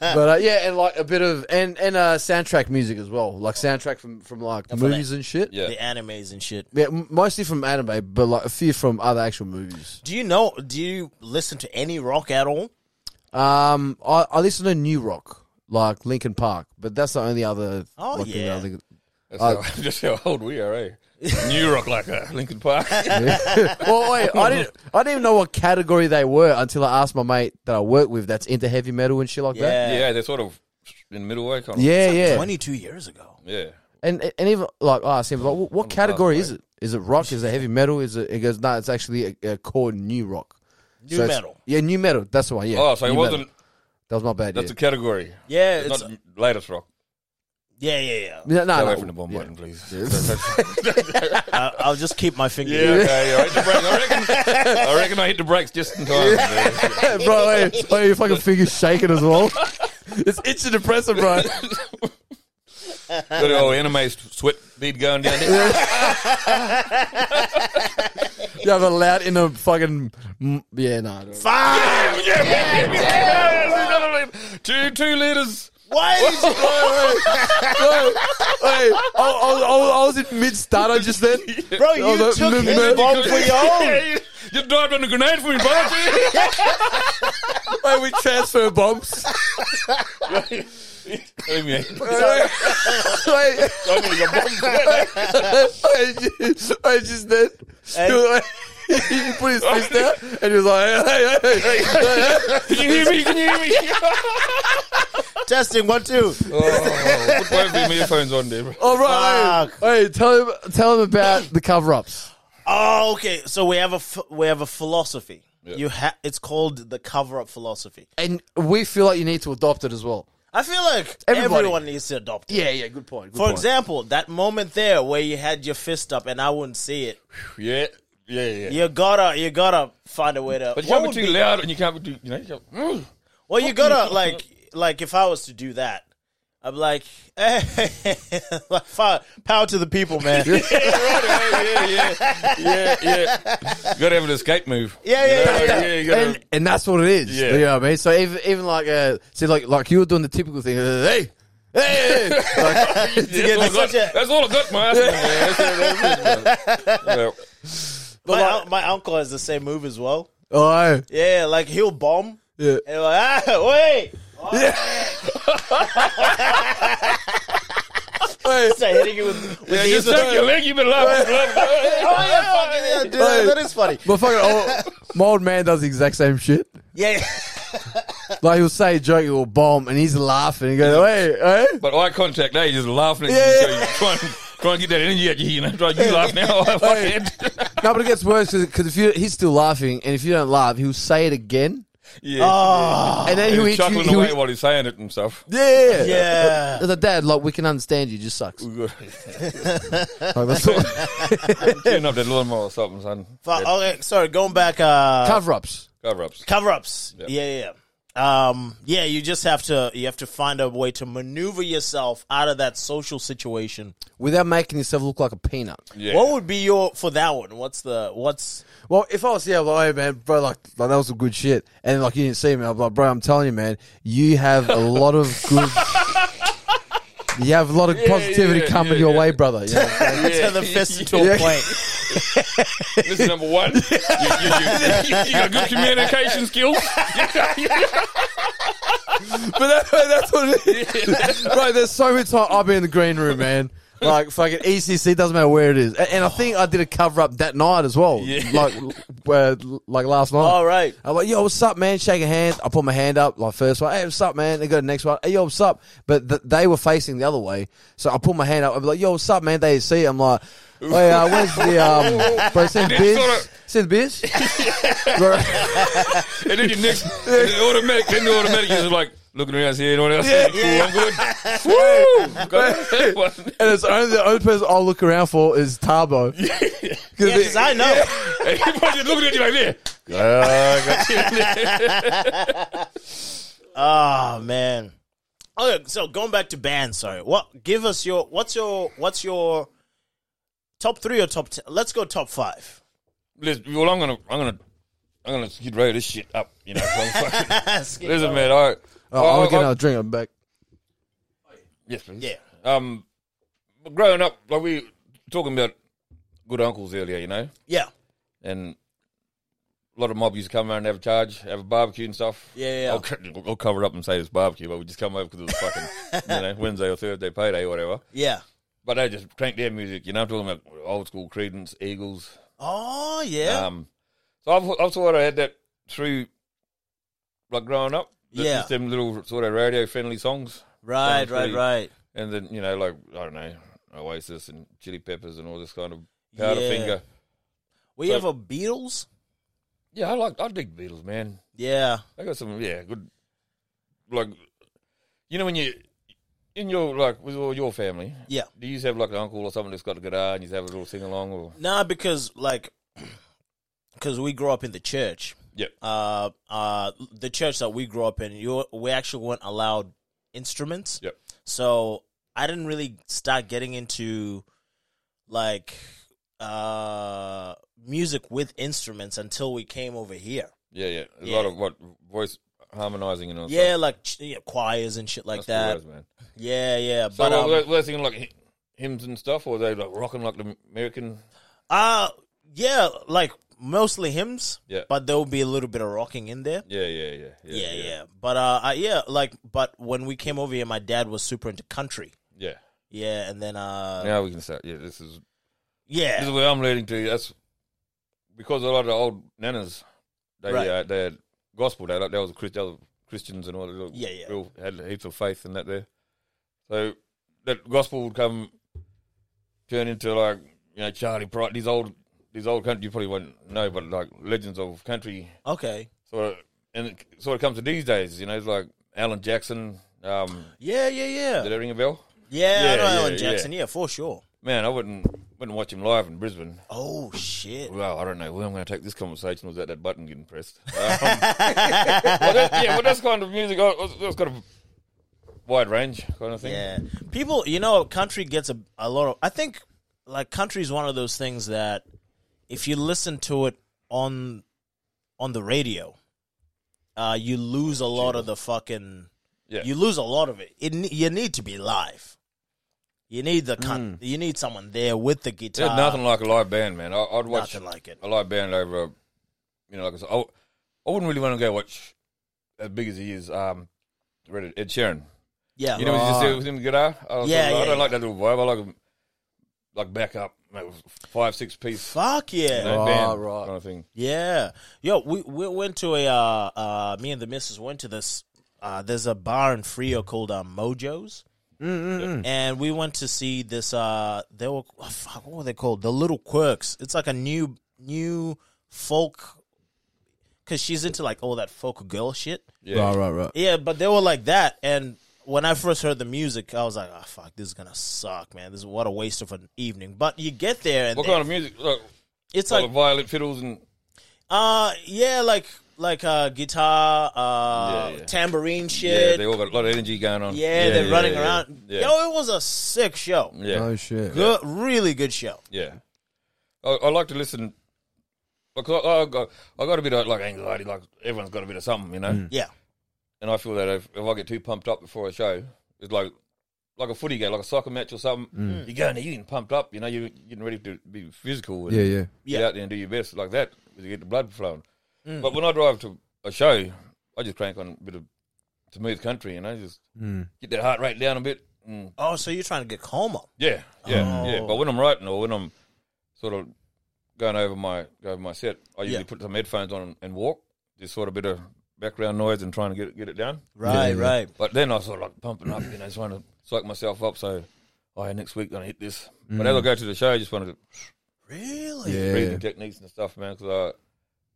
S4: but uh, yeah, and like a bit of and and uh, soundtrack music as well, like soundtrack from from like movies and shit.
S3: Yeah.
S2: The animes and shit.
S4: Yeah, m- mostly from anime, but like a few from other actual movies.
S2: Do you know? Do you listen to any rock at all?
S4: Um, I, I listen to new rock, like Linkin Park, but that's the only other.
S2: Oh,
S4: like, thing
S2: yeah.
S4: I think-
S3: That's how, just how old we are, eh? New Rock like a Lincoln Park.
S4: well, wait, I didn't. I didn't even know what category they were until I asked my mate that I work with that's into heavy metal and shit like that.
S2: Yeah.
S3: yeah, they're sort of in the middle way, kind of.
S4: Yeah, yeah,
S2: Twenty-two years ago.
S3: yeah.
S4: and and even like I asked him like, what, what category is it? Is it rock? Is it heavy metal? Is it? He goes, no, it's actually a, a core new rock.
S2: New
S4: So it's-
S2: metal.
S4: Yeah, new metal. That's the one. Yeah.
S3: Oh, so it
S4: new
S3: wasn't.
S4: metal. That was my bad.
S3: That's
S4: yeah.
S3: a category.
S2: Yeah,
S3: It's
S2: it's,
S3: not latest rock.
S2: yeah, yeah, yeah.
S4: Yeah, no,
S3: Stay
S4: no.
S3: away from the bomb
S4: yeah.
S3: button, please.
S2: I, I'll just keep my finger.
S3: Yeah, okay. I hit the brake. I reckon, I reckon I hit the brakes just in time. man.
S4: bro, wait, wait, your fucking finger's shaking as well. it's itching depressor, bro.
S3: Got the old anime s- sweat bead going down there.
S4: You have a loud in a fucking. mm, Yeah, no. Nah,
S2: Five.
S3: two, two liters.
S2: Why is it-
S4: Bro, hey, I, I, I, I was in mid starter just then.
S2: bro? You
S4: Oh, that-
S2: took
S4: mm,
S2: the
S4: mm.
S2: bomb for your own.
S3: you, you dived on a grenade for me, bro.
S4: Hey, we transfer bombs.
S3: Leave me. Don't
S4: Hey, hey,
S3: give me your bomb.
S4: I just, I just then. He, was like- he put his fist out and he was like, hey, hey, hey, hey, hey.
S3: Can you hear me? Can you hear me?
S2: Testing one two.
S3: Oh, put both of your earphones on there, bro.
S4: All right,
S2: Fuck.
S4: hey, hey, tell him, tell him about the cover ups.
S2: Oh, okay. So we have a ph- we have a philosophy. You ha- it's called the cover up philosophy.
S4: And we feel like you need to adopt it as well.
S2: I feel like
S4: Everybody.
S2: everyone needs to adopt it.
S4: Yeah, yeah, good point.
S2: For example, that moment there where you had your fist up and I wouldn't see it.
S3: Yeah, yeah, yeah.
S2: You gotta you gotta find a way to.
S3: But you
S2: what
S3: can't
S2: would
S3: be too
S2: be-
S3: loud and you can't be too, you know, you can't, mm.
S2: Well, you gotta like like if I was to do that, I'd be like, hey, like, fi- power to the people, man. yeah,
S3: yeah, yeah, yeah, yeah. You gotta have an escape move.
S2: yeah, yeah. yeah.
S3: yeah, you gotta,
S4: and, and that's what it is.
S3: Yeah.
S4: You know what I mean? So even, even like, uh, see, like, like you were doing the typical thing, uh, hey, hey, hey. Like, to
S3: that's,
S4: get
S3: all I got,
S4: this-
S2: such a-
S3: that's all I got, my ass. man. Yeah.
S2: My, un- my uncle has the same move as well.
S4: oh,
S2: Yeah, like he'll bomb.
S4: yeah.
S2: And like, ah, wait,
S4: Hey,
S2: start hitting it with. with
S3: Yeah,
S2: the
S3: just
S2: easel.
S3: suck your leg, you've been laughing.
S2: Oh yeah, fuck yeah, dude,
S4: Hey.
S2: that is funny.
S4: my fucking old, my old man does the exact same shit.
S2: Yeah,
S4: Like he'll say a joke, he'll bomb, and he's laughing. He goes, hey, hey.
S3: But eye contact, eh? You're just laughing at
S4: Yeah,
S3: you,
S4: yeah.
S3: so you try and, try and get that energy out you, you know? Try, you laugh now, I fucking.
S4: No, but it gets worse because if you he's still laughing, and if you don't laugh, he'll say it again,
S3: Yeah.
S4: and then
S3: And
S4: he'll
S3: he's
S4: hit
S3: Oh,
S4: you.
S3: chuckling
S4: he'll-
S3: away while he's saying it and stuff.
S4: yeah, yeah.
S2: yeah.
S4: As a dad, like we can understand you, just sucks.
S3: Turn
S4: Like, that's all.
S3: up that lawnmower or something, son.
S2: Fuck, okay, sorry. Going back, uh,
S4: Cover ups.
S3: Cover ups.
S2: cover ups. Yeah, yeah, yeah. Um, yeah, you just have to you have to find a way to maneuver yourself out of that social situation.
S4: without making yourself look like a peanut.
S3: Yeah.
S2: What would be your for that one? What's the what's
S4: Well, if I was here, I'd be like, hey, man, bro, like, like, that was some good shit. And like you didn't see me, I'd be like, bro, I'm telling you, man, you have a lot of good. You have a lot of positivity
S3: yeah,
S4: coming
S3: yeah,
S4: your
S3: yeah.
S4: way, brother. You know what I'm saying?
S2: to
S3: Yeah.
S2: the fist to a
S4: Yeah.
S2: plate?
S3: This is number one. You, you, you, you got good communication skills.
S4: but that, that's what it is. Bro, there's so many times I'll be in the green room, man. Like fucking ECC doesn't matter where it is, and, and I think I did a cover up that night as well,
S3: Yeah.
S4: like uh, like last night.
S2: All right.
S4: I'm like, yo, what's up, man? Shaking hands. I put my hand up, like first one. Hey, what's up, man? They go to the next one. Hey, yo, what's up? But th- they were facing the other way, so I put my hand up. I'm like, yo, what's up, man? They see. it. I'm like, hey, uh, where's the um? Bro, send
S3: Then
S4: biz.
S3: sorta-
S4: Send biz. Bro,
S3: And then your next, and then automatic, then the automatic is like looking around, see anyone else? Yeah, cool, I'm good. Woo! Got that one.
S4: and it's only the only person I'll look around for is Tarbo.
S2: Yeah, 'cause I know.
S3: And everybody's just looking at you like there. Ah, got you.
S2: Oh man. Okay, so going back to bands, sorry. What give us your what's your what's your top three or top ten? Let's go top five.
S3: Listen, well, I'm gonna, I'm gonna, I'm gonna skid row this shit up. You know, I'm fucking-
S2: Skip
S3: listen, man. All right.
S4: Oh, I'm gonna
S3: I-
S4: get
S3: I-
S4: another drink. I'm back.
S3: Yes, please.
S2: Yeah.
S3: Um, but growing up, like we were talking about good uncles earlier, you know,
S2: Yeah.
S3: and a lot of mob used to come around and have a charge, have a barbecue and stuff.
S2: Yeah, yeah.
S3: I'll, co- I'll cover up and say it's barbecue, but we just come over because it was fucking, you know, Wednesday or Thursday payday or whatever.
S2: Yeah.
S3: But they just crank their music, you know. I'm talking about old school Credence, Eagles.
S2: Oh yeah.
S3: Um, so I've, I've sort of had that through, like growing up. Just-
S2: Yeah.
S3: Just them little sort of radio friendly songs.
S2: right,
S3: sounds
S2: right,
S3: pretty-
S2: right.
S3: And then, you know, like, I don't know, Oasis and Chili Peppers and all this kind of powder
S2: Yeah.
S3: finger.
S2: We
S3: So-
S2: have a Beatles.
S3: Yeah, I like I dig the Beatles, man.
S2: Yeah.
S3: They got some yeah good, like, you know when you in your like with all your family,
S2: Yeah.
S3: do you have like an uncle or someone that's got a guitar and you have a little sing along or
S2: Nah, because like, because we grew up in the church.
S3: Yep.
S2: Uh, uh, the church that we grew up in, you we actually weren't allowed instruments.
S3: Yep.
S2: So I didn't really start getting into like uh music with instruments until we came over here.
S3: yeah yeah a
S2: Yeah.
S3: lot of what voice harmonizing and all that
S2: yeah,
S3: stuff.
S2: like ch- yeah, choirs and shit like
S3: That's the
S2: that.
S3: worst, man.
S2: Yeah, yeah.
S3: So
S2: but
S3: were,
S2: um,
S3: they, were they singing like hy- hymns and stuff, or were they like rocking like the American?
S2: uh yeah, like mostly hymns.
S3: Yeah.
S2: But there will be a little bit of rocking in there.
S3: Yeah, yeah, yeah,
S2: yeah, yeah. But uh, I, yeah, like, but when we came over here, my dad was super into country.
S3: yeah.
S2: Yeah, and then uh, yeah,
S3: Now we can start. Yeah, this is this is
S2: yeah,
S3: what I'm leading to. That's because a lot of the old nanas, they
S2: Right.
S3: uh, they had gospel. They like they was Christ, they was Christians and all that. little-
S2: Yeah, yeah.
S3: Real, had heaps of faith and that there. So that gospel would come turn into like you know Charlie Pride. These old these old country you probably won't know, but like legends of country
S2: okay,
S3: sort of, and it sort of comes to these days. You know, it's like Alan Jackson. Um,
S2: yeah, yeah, yeah,
S3: did that ring a bell?
S2: yeah. I
S3: Yeah,
S2: know
S3: yeah,
S2: Alan
S3: yeah.
S2: Jackson, yeah. for sure.
S3: Man, I wouldn't wouldn't watch him live in Brisbane.
S2: Oh shit,
S3: Well, I don't know where I'm going to take this conversation. Was that that button getting pressed? Um, well, that's, yeah, well, that's kind of music. I- I- That's got a wide range kind of thing.
S2: yeah. People, you know, country gets a a lot of. I think like country is one of those things that if you listen to it on on the radio, uh, you lose a lot of the fucking.
S3: yeah.
S2: you lose a lot of it. it. ne- You need to be live. You need the con- you need someone there with the guitar.
S3: There's nothing like a live band, man. I, I'd watch
S2: uh, Nothing like it.
S3: a live band over, a- you know, like I said, I, w- I wouldn't really want to go watch as big as he is. Um, read it, Ed Sheeran.
S2: Yeah,
S3: You know, what he's just there with him guitar. I, was
S2: Yeah,
S3: like, I
S2: yeah,
S3: don't like that little vibe. I like him, like back up, like, five six piece
S2: fuck yeah,
S3: you know,
S4: Right,
S3: band
S4: right.
S3: kind of thing.
S2: yeah. Yo, we we went to a uh, uh me and the missus went to this. Uh, there's a bar in Frio called uh, Mojo's, mm and we went to see this. Uh, they were oh, fuck, what were they called? The Little Quirks. It's like a new new folk. Cause she's into like all that folk girl shit.
S3: Yeah,
S4: Right, right, right.
S2: Yeah, but they were like that. And when I first heard the music, I was like, oh, fuck, this is going to suck, man. This is what a waste of an evening. But you get there and
S3: What
S2: they-
S3: kind of music? Like,
S2: it's
S3: like
S2: like,
S3: violet fiddles and
S2: uh, yeah, like, like, uh, guitar, uh,
S3: Yeah, yeah.
S2: tambourine
S3: yeah,
S2: shit.
S3: they
S2: Yeah,
S3: all got a lot of energy going on.
S2: they're
S3: yeah,
S2: running
S3: yeah,
S2: around.
S3: Yeah,
S2: Yo, it was a sick show.
S3: yeah,
S4: Oh shit.
S2: Good, really good show.
S3: yeah. I, I like to listen. Like, I, I, got, I got a bit of like anxiety. Like everyone's got a bit of something, you know.
S2: Yeah.
S3: And I feel that if, if I get too pumped up before a show, it's like like a footy game, like a soccer match or something.
S4: Mm.
S3: You're going there, you're getting pumped up. You know, you're getting ready to be physical. And,
S4: Yeah, yeah.
S3: get
S2: Yeah.
S3: out there and do your best like that to get the blood flowing.
S2: Mm.
S3: But when I drive to a show, I just crank on a bit of smooth country, you know, just
S4: Mm.
S3: get that heart rate down a bit. And
S2: Oh, so you're trying to get Como.
S3: yeah, yeah,
S2: Oh.
S3: yeah. But when I'm writing or when I'm sort of going over my go over my set, I usually
S2: Yeah.
S3: put some headphones on and walk, just sort of bit of background noise and trying to get it, get it down.
S2: Right, right.
S3: But then I sort of like pumping up, you know, trying to psych myself up. So, oh, yeah, next week gonna hit this. But as I go to the show, I just want to
S2: Really?
S4: Mm. Yeah.
S3: breathing techniques and stuff, man. Because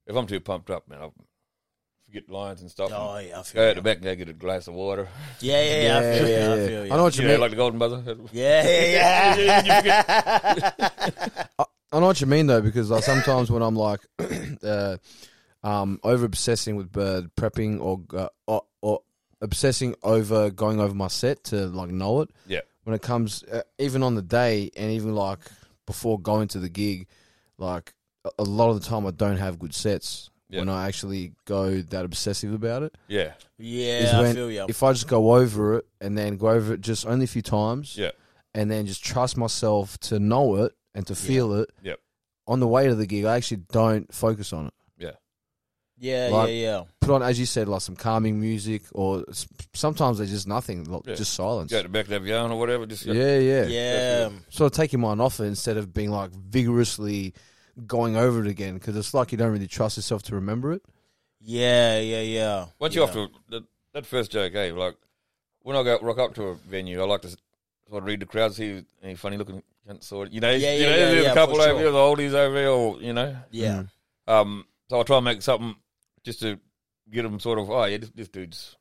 S3: if I'm too pumped up, man, I forget lines and stuff.
S2: Oh,
S3: and
S2: yeah, I
S3: Go
S2: feel
S3: out
S2: you.
S3: the back and go get a glass of water.
S2: Yeah, yeah, yeah. I feel you. I
S4: yeah.
S2: feel you.
S4: I know what you
S3: You know,
S4: mean.
S3: like the golden buzzer.
S2: Yeah, yeah, yeah.
S4: I know what you mean though, because like sometimes when I'm like uh, um, over obsessing with uh, prepping or, uh, or or obsessing over going over my set to like know it.
S3: Yeah.
S4: When it comes, uh, even on the day and even like before going to the gig, like a, a lot of the time I don't have good sets.
S3: Yeah.
S4: When I actually go that obsessive about it,
S3: Yeah,
S4: is
S2: Yeah, I
S4: when
S2: feel you.
S4: if I just go over it and then go over it just only a few times,
S3: yeah,
S4: and then just trust myself to know it and to feel it.
S3: Yep.
S4: On the way to the gig, I actually don't focus on it.
S3: yeah,
S2: Yeah,
S4: Like-
S2: yeah, yeah.
S4: Put on, as you said, like some calming music, or s- sometimes there's just nothing, like,
S3: Yeah.
S4: just silence.
S3: go out the back and have a yarn or whatever. Just go,
S4: Yeah, yeah,
S2: Yeah. um,
S4: Sort of take your mind off it instead of being like vigorously going over it again because it's like you don't really trust yourself to remember it.
S2: Yeah, yeah, yeah.
S3: Once you
S2: yeah.
S3: have to that, that first joke, eh? Like when I go rock up to a venue, I like to s- sort of read the crowd, see any funny looking cunts or you know,
S2: Yeah,
S3: you
S2: yeah,
S3: know,
S2: yeah,
S3: there's
S2: yeah,
S3: a couple
S2: for
S3: over
S2: sure.
S4: Mm.
S3: here, the oldies over here, or you know,
S2: Yeah.
S3: Um, So I'll try and make something just to get them sort of, oh, yeah, this, this dude's,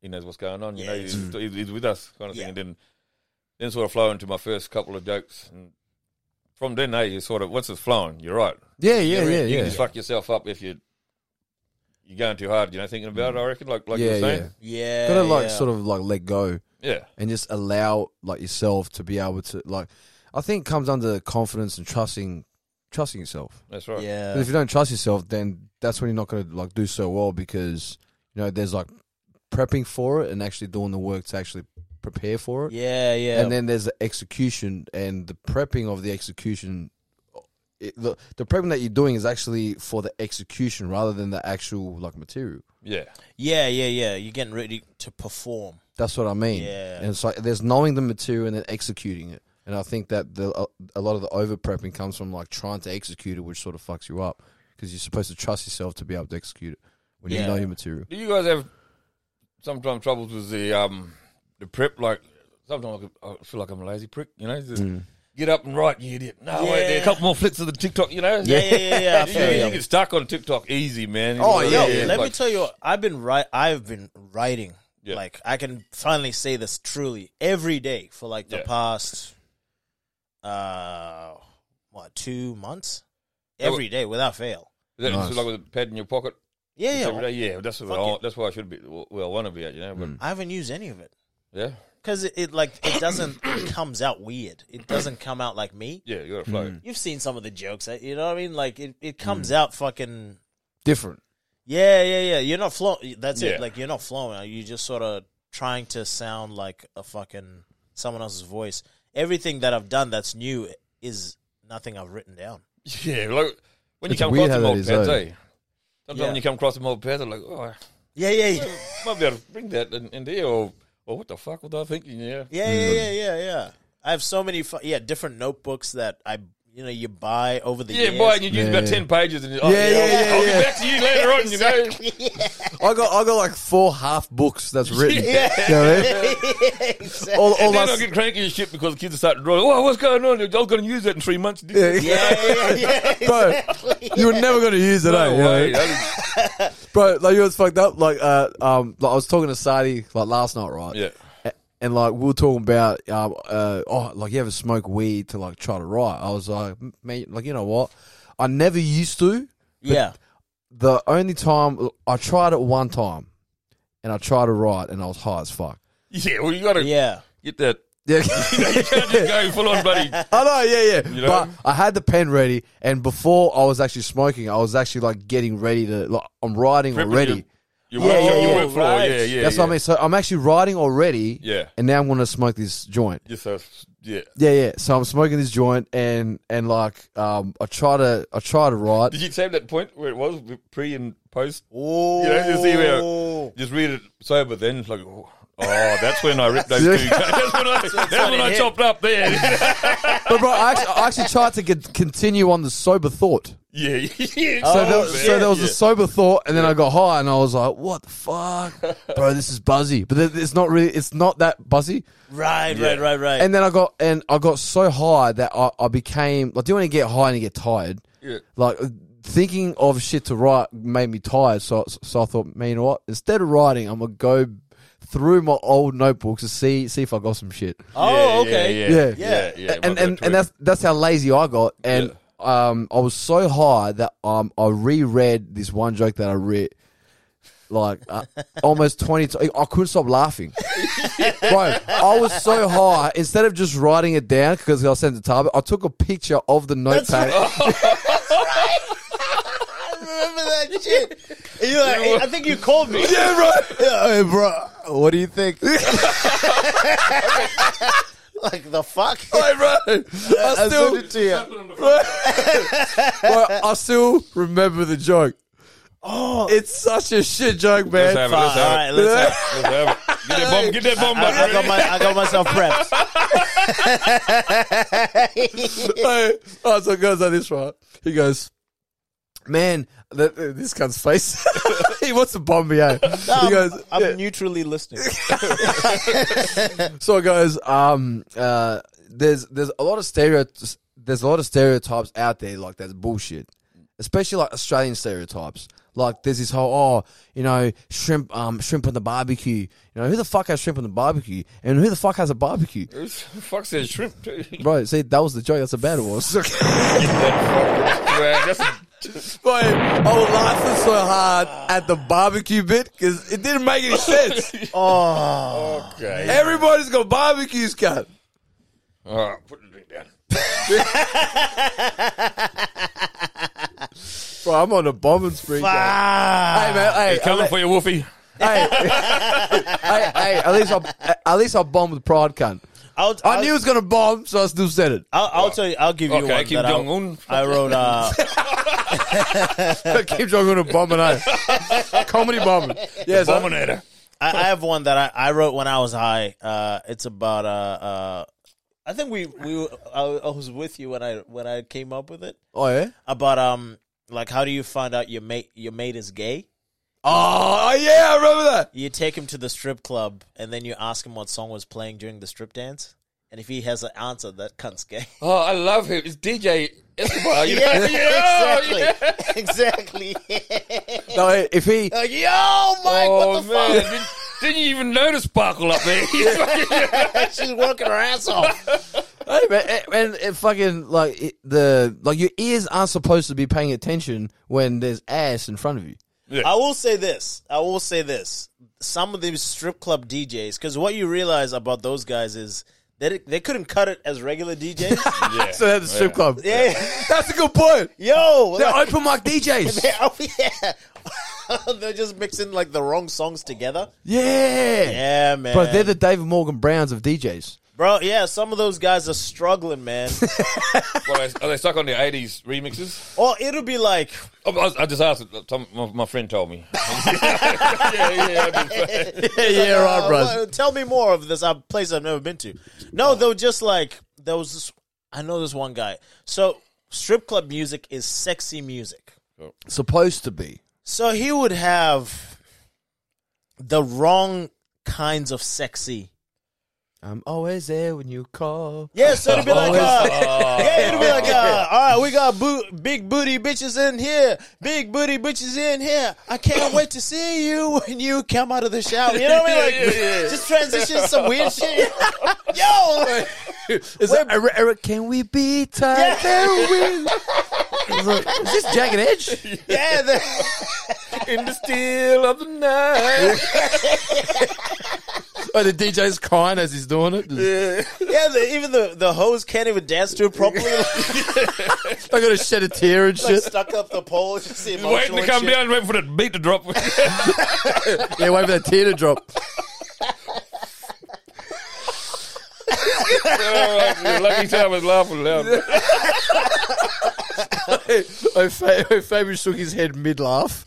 S3: he knows what's going on. You
S2: Yeah,
S3: know,
S2: he's-
S3: he's, he's, he's with us kind of
S2: Yeah.
S3: thing. And then, then sort of flow into my first couple of jokes. And from then, eh, you sort of, once it's flowing, you're right.
S4: Yeah, yeah,
S3: You're in.
S4: yeah,
S3: You
S4: yeah.
S3: can just fuck yourself up if you, you're going too hard, you know, thinking about it, I reckon, like, like
S4: yeah,
S3: you're
S4: yeah.
S3: saying.
S2: Yeah,
S4: Gotta like
S2: yeah.
S4: sort of like let go
S3: Yeah.
S4: and just allow like yourself to be able to like. I think it comes under confidence and trusting, trusting yourself.
S3: That's right.
S4: But
S2: yeah,
S4: if you don't trust yourself, then that's when you're not gonna like do so well because you know there's like prepping for it and actually doing the work to actually prepare for it.
S2: yeah, yeah,
S4: and then there's the execution and the prepping of the execution. It, the, the prepping that you're doing is actually for the execution rather than the actual like material.
S3: Yeah.
S2: yeah, yeah, yeah. You're getting ready to perform.
S4: That's what I mean.
S2: Yeah.
S4: And it's like there's knowing the material and then executing it. And I think that the a, a lot of the over prepping comes from like trying to execute it, which sort of fucks you up because you're supposed to trust yourself to be able to execute it when
S2: Yeah.
S4: you know your material.
S3: Do you guys have sometimes troubles with the um the prep? Like sometimes I could- I feel like I'm a lazy prick, you know. Just
S4: Mm.
S3: Get up and write, you idiot. No, wait there. A
S2: Yeah.
S3: couple more flicks of the TikTok, you know.
S2: Yeah, yeah, yeah, yeah, I
S3: you,
S2: feel
S3: you
S2: you.
S3: get stuck on TikTok easy, man.
S4: Oh,
S3: You
S4: yeah,
S3: know,
S2: Yo,
S4: yeah.
S2: let me
S3: like-
S2: tell you, I've been right. I've been writing.
S3: Yeah.
S2: Like I can finally say this truly every day for like the
S3: Yeah.
S2: past, uh, what two months?
S3: Yeah,
S2: Every day without fail.
S3: Is that just
S4: Nice.
S3: like with a pad in your pocket.
S2: Yeah, yeah.
S3: Every day? yeah. That's what
S2: Fuck
S3: I,
S2: it.
S3: that's why I should be. Well, I want to be at, you know. But
S4: Mm.
S2: I haven't used any of it
S3: yeah,
S2: because it, it like it doesn't it comes out weird. It doesn't come out like me.
S3: yeah, you got to
S4: Mm.
S3: flow.
S2: You've seen some of the jokes, eh, you know what I mean? Like it, it comes out fucking
S4: Different.
S2: yeah, yeah, yeah. You're not flowing. That's
S3: Yeah.
S2: it. Like you're not flowing. You're just sort of trying to sound like a fucking someone else's voice. Everything that I've done that's new is nothing I've written down.
S3: Yeah, like when you
S4: It's
S3: come
S4: weird
S3: across
S4: how
S3: them
S4: that
S3: old
S4: is,
S3: pads,
S4: though.
S3: eh? Sometimes
S2: Yeah.
S3: when you come across them old pads, I'm like, oh,
S2: Yeah, yeah,
S3: I
S2: yeah,
S3: might be able to bring that in, in there, or or what the fuck was I thinking? Yeah,
S2: yeah, yeah, yeah, yeah. yeah. I have so many, fu- yeah, different notebooks that I, you know, you buy over the
S3: Yeah,
S2: years.
S3: boy, and you use about
S4: Yeah.
S3: 10 pages and you, oh, yeah,
S4: Yeah, yeah,
S3: I'll, I'll
S4: yeah,
S3: get
S4: yeah.
S3: back to you later on, you know.
S2: exactly.
S4: I got I got like four half books that's written. You know what I mean?
S2: exactly.
S4: All, all
S3: And then
S4: that's-
S3: I'll get cranky and shit because the kids are starting to draw. Oh, what's going on? I was going to use that in three months. Yeah.
S2: yeah, yeah, yeah.
S4: bro, you were never gonna use it, eh?
S3: No
S4: You know?
S3: way. That is-
S4: bro. Like you was fucked up. Like uh, um, like I was talking to Sadi like last night, right?
S3: Yeah.
S4: A- And like we were talking about, um, uh, oh, like you ever smoke weed to like try to write? I was like, "M- man, like you know what? I never used to.
S2: yeah.
S4: The only time I tried it one time, and I tried to write, and I was high as fuck.
S3: yeah, well, you got to
S2: Yeah.
S3: get that.
S4: Yeah,
S3: You can't just go full on bloody.
S4: I know, yeah, yeah.
S3: You know?
S4: But I had the pen ready, and before I was actually smoking, I was actually like getting ready to. Like, I'm writing
S3: Prepping
S4: already.
S3: Your,
S4: Yeah,
S3: your,
S4: yeah,
S3: your,
S4: yeah.
S3: workflow.
S2: Right.
S3: Yeah, yeah.
S4: That's
S3: yeah.
S4: what I mean. So I'm actually writing already.
S3: Yeah.
S4: And now I'm going to smoke this joint.
S3: Just so, yeah.
S4: Yeah, yeah. So I'm smoking this joint, and and like um, I try to I try to write.
S3: Did you save that point where it was pre and post?
S2: Oh.
S3: You know, just see
S4: Oh.
S3: where- Just read it sober then. It's like, oh, oh, that's when I ripped those two. That's when I, that's when
S2: it
S3: I
S2: hit.
S3: chopped up there.
S4: But bro, I actually, I actually tried to get, continue on the sober thought.
S3: Yeah, yeah.
S4: So,
S3: Oh,
S4: there,
S3: man.
S4: so there was
S3: yeah.
S4: a sober thought, and then I got high, and I was like, "What the fuck, bro? This is buzzy." But it- it's not really. It's not that buzzy.
S2: Right, right, right, right.
S4: And then I got and I got so high that I, I became like, do you want to get high and you get tired?
S3: Yeah.
S4: Like thinking of shit to write made me tired. So so I thought, man, you know what? Instead of writing, I'm gonna go through my old notebooks to see see if I got some shit.
S2: oh, okay.
S3: Yeah, yeah,
S4: Yeah.
S3: yeah. yeah, yeah.
S4: and and, and that's that's how lazy I got. And um, I was so high that um, I reread this one joke that I read. Like uh, almost twenty, t- I couldn't stop laughing, bro. I was so high. Instead of just writing it down because I sent it to Target, I took a picture of the notepad.
S2: I remember that shit. And you're like, "Hey, I think you called me.
S4: Yeah, bro. Yeah, hey, bro. What do you think?
S2: Like, the fuck?
S4: Hey, bro. I still,
S2: it to you.
S4: bro, I still remember the joke. Oh, it's such a shit joke, man.
S3: Let's have it. Let's
S2: All right,
S3: have it.
S2: let's have
S3: Let's have it. Get that bomb. Get that bomb.
S2: I, I,
S3: button
S2: got
S3: ready.
S2: my, I got myself prepped.
S4: hey, oh, so it goes like this, right? He goes, man, th- th- this cunt's face. he wants to bomb me out. he goes,
S2: Um, I'm, I'm
S4: yeah.
S2: neutrally listening.
S4: so it goes, um, uh, there's there's a lot of stereotypes. There's a lot of stereotypes out there like that's bullshit. especially like Australian stereotypes. Like there's this whole oh, you know, shrimp um shrimp on the barbecue. You know, who the fuck has shrimp on the barbecue? And who the fuck has a barbecue?
S3: Who the fuck says shrimp? too?
S4: Bro, see that was the joke, that's how bad it was.
S3: That's a-
S4: Bro, I was laughing so hard at the barbecue bit because it didn't make any sense.
S3: okay.
S4: Everybody's got barbecues, cut.
S3: All right, put the drink down.
S4: Bro, I'm on a bombing spree. cunt. Hey, man, hey,
S3: Coming
S4: at
S3: for you, Wolfie.
S4: le- hey, hey, hey, at least I, at least I bombed with pride, cunt.
S2: I'll,
S4: I
S2: I'll-
S4: knew it was gonna bomb, so I still said it.
S2: I'll, I'll tell you. I'll give you
S3: Okay,
S2: one
S3: Kim
S2: that I-
S3: Jong Un.
S2: I wrote. Uh,
S4: I keep trying to bomb and I comedy bombing. Yes, I-
S3: Abominator.
S2: I, I have one that I, I wrote when I was high. Uh, it's about uh, uh, I think we we were- I, I was with you when I when I came up with it
S4: oh yeah.
S2: about um like how do you find out your mate your mate is gay?
S4: Oh yeah, I remember that.
S2: You take him to the strip club and then you ask him what song was playing during the strip dance, and if he has an answer, that cunt's gay.
S3: Oh, I love him. It's DJ Escobar. You know?
S2: Yeah,
S3: Yeah,
S2: exactly,
S3: yeah.
S2: exactly.
S4: No, if he
S2: like yo, Mike,
S3: Oh,
S2: what the
S3: man.
S2: fuck?
S3: Didn't, didn't you even notice Sparkle up there?
S2: She's working her ass off.
S4: Hey man, and- and it fucking like it, the like your ears aren't supposed to be paying attention when there's ass in front of you.
S2: I will say this. I will say this. Some of these strip club DJs, because what you realize about those guys is they they couldn't cut it as regular DJs.
S3: yeah.
S4: So that's the strip
S3: Yeah.
S4: club.
S2: yeah,
S4: That's a good point.
S2: yo,
S4: They're
S2: like-
S4: open mic DJs.
S2: yeah, oh, yeah. they're just mixing like the wrong songs together.
S4: Yeah.
S2: Yeah, man,
S4: Bro, they're the David Morgan Browns of DJs.
S2: bro. Yeah, some of those guys are struggling, man.
S3: Well, are they- are they stuck on the 80s remixes?
S2: or it'll be like,
S3: Oh, I, was- I just asked. it. Some, my, my friend told me. yeah, yeah. I did.
S4: Yeah, yeah,
S2: uh, well, tell me more of this uh, place I've never been to.
S4: Oh.
S2: No, they were just like there was. This, I know this one guy. So strip club music is sexy music.
S4: Supposed to be.
S2: So he would have the wrong kinds of sexy.
S4: I'm always there when you call.
S2: Yeah, so it'd be like,
S4: Oh,
S2: uh, yeah, it'd be like, uh, all right, we got boo- big booty bitches in here, big booty bitches in here. I can't wait to see you when you come out of the shower. You know what I mean? Like,
S3: Yeah, yeah, yeah.
S2: just transition some weird shit. Yo, like,
S4: Is that Eric, Eric, can we be tight? Can we- It's like, Is this Jagged Edge?
S2: yeah, the-
S3: In the still of the night.
S4: Oh, the DJ's crying as he's doing it. Just-
S2: yeah, the, even the the hoes can't even dance to it properly. Like,
S4: I gotta shed a tear and
S2: like
S4: shit.
S2: stuck up the pole, just the emotional
S3: Waiting to come
S2: shit.
S3: down, waiting for that beat to drop.
S4: Yeah, wait for that tear to drop.
S3: Oh, Lucky time was laughing loud.
S4: Oh, Fa- oh, Fabian shook his head mid laugh.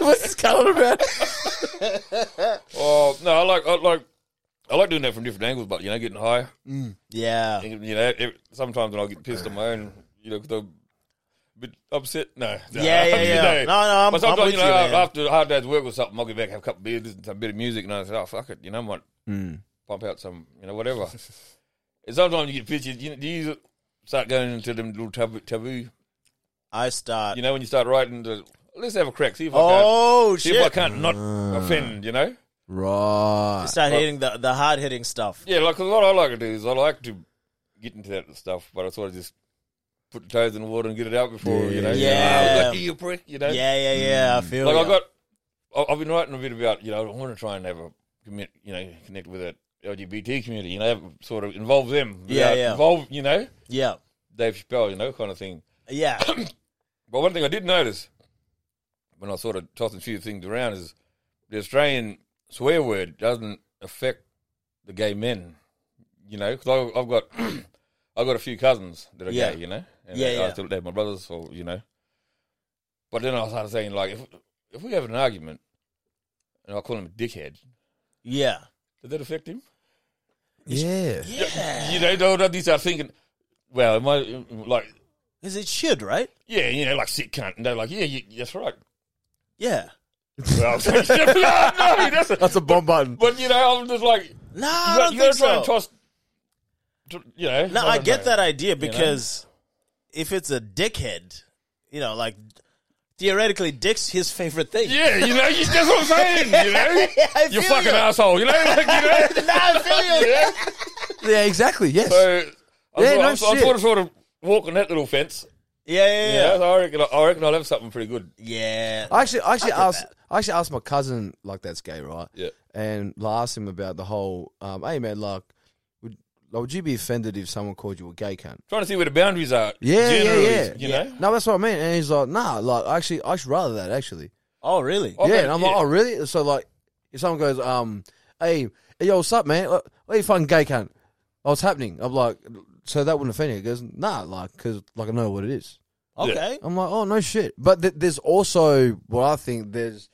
S4: What's this going about?
S3: Oh no, I like I like I like doing that from different angles, but you know, getting high.
S2: Yeah,
S3: You know, every, sometimes when I get pissed on my own, you know, because I'm a bit upset. No, no
S2: Yeah, yeah,
S3: you
S2: yeah.
S3: know.
S2: No, no, I'm-
S3: But sometimes
S2: I'm with
S3: you know,
S2: you, man.
S3: after a hard day's work or something, I'll get back, have a couple of beers, listen to a bit of music, and I say, oh fuck it, you know, I might
S2: Hmm.
S3: pump out some, you know, whatever. and sometimes you get pissed, you, you, you start going into them little taboo, taboo.
S2: I start.
S3: You know, when you start writing the let's have a crack, see if I can,
S2: oh
S3: see
S2: shit! Ah.
S3: if I can't not offend, you know.
S4: Right.
S2: start hitting the, the hard hitting stuff.
S3: Yeah, like 'cause what I like to do is I like to get into that stuff, but I sort of just put the toes in the water and get it out before you know.
S2: Yeah.
S3: you know, I was like, "Hey, you prick, you know.
S2: Yeah, yeah, yeah. I feel
S3: Mm. Like
S2: ya.
S3: I got, I- I've been writing a bit about you know I want to try and have a commit, you know, connect with that LGBT community, you know, have, sort of involve them.
S2: Yeah,
S3: without-
S2: yeah.
S3: Involve, you know,
S2: yeah,
S3: Dave Chappelle, you know, kind of thing.
S2: yeah.
S3: But one thing I did notice when I sort of tossing a few things around is the Australian swear word doesn't affect the gay men, you know, because I've got I've got a few cousins that are
S2: Yeah.
S3: gay, you know, and
S2: Yeah,
S3: they-
S2: yeah.
S3: I still they're my brothers, or you know. But then I started saying like, if if we have an argument, and I call him a dickhead,
S2: Yeah.
S3: does that affect him?
S4: Yeah.
S3: You know, they'll, they'll start thinking, well, am I like,
S2: Because it should, right?
S3: yeah, you know, like sick cunt, and they're like, yeah, you, that's right.
S2: Yeah.
S3: Well, no, no, that's
S4: That's a bomb button.
S3: But you know, I'm just like,
S2: No,
S3: you
S2: I
S3: got-
S2: don't
S3: you
S2: think
S3: gotta try
S2: so.
S3: and toss. to- You know,
S2: no, I get that idea
S3: know?
S2: because if it's a dickhead, you know, like theoretically, dick's his favorite thing.
S3: Yeah, you know, you, that's what I'm saying. You know,
S2: I
S3: you
S2: feel
S3: fucking
S2: you.
S3: asshole. You know, like, you know.
S2: I feel you.
S3: Yeah.
S4: Yeah, exactly. Yes.
S3: So I'm,
S4: Yeah,
S3: sort,
S4: no
S3: I'm, I'm
S4: shit.
S3: sort of sort of walking that little fence.
S2: Yeah, yeah,
S3: Yeah,
S2: yeah.
S3: so I reckon I reckon I'll have something pretty good.
S2: Yeah.
S4: I actually, I actually asked, I actually asked my cousin like that's gay, right?
S3: Yeah.
S4: And like, I asked him about the whole, um, hey man, like, would like, would you be offended if someone called you a gay cunt?
S3: Trying to see where the boundaries are.
S4: Yeah, yeah,
S3: generally,
S4: yeah.
S3: You know,
S4: No, that's what I mean. And he's like, nah, like actually, I should rather that actually.
S2: Oh, really?
S3: Okay,
S4: yeah. And I'm like,
S3: yeah.
S4: oh really? So like, if someone goes, um, hey, hey yo, what's up, man? What what you fucking gay cunt? Oh, it's happening. I'm like, so that wouldn't offend you? He goes, nah, like, cause like I know what it is.
S2: Okay.
S4: I'm like, oh no shit. But th- there's also what I think there's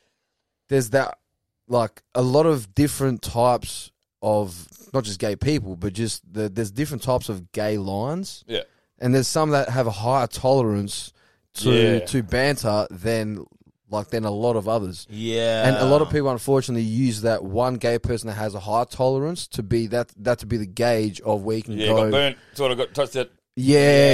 S4: there's that like a lot of different types of not just gay people, but just the, there's different types of gay lines,
S3: yeah.
S4: and there's some that have a higher tolerance to
S3: Yeah.
S4: to banter than like than a lot of others.
S2: Yeah.
S4: And a lot of people, unfortunately, use that one gay person that has a high tolerance to be that that to be the gauge of where you can
S3: Yeah,
S4: go.
S3: got burnt, sort of got touched that.
S4: Yeah, yeah.
S2: Yeah,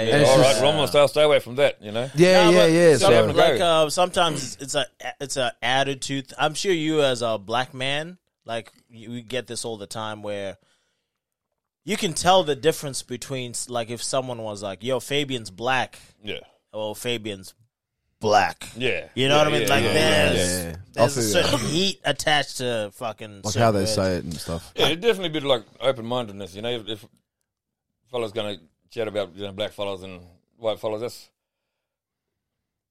S4: And
S3: Yeah,
S4: it's
S3: all
S4: just-
S3: right, Rommel, stay, stay away from that, you know?
S2: No,
S4: yeah, yeah,
S2: but
S4: yeah.
S2: some-
S4: So,
S2: like uh, sometimes it's, it's a it's a attitude. I'm sure you as a black man, like you, we get this all the time, where you can tell the difference between like if someone was like, "Yo, Fabian's black,"
S3: Yeah.
S2: or "Fabian's black."
S3: Yeah.
S2: You know
S3: Yeah,
S2: what I mean?
S3: yeah,
S2: like
S3: yeah,
S2: there's
S3: yeah,
S4: yeah. I'll
S2: there's a
S4: figure it
S2: certain heat attached to fucking
S4: like
S2: certain
S4: how they
S2: words.
S4: say it and stuff.
S3: Yeah, it definitely a bit like open mindedness, you know. If, if fellas gonna chat about you know black fellas and white fellas, that's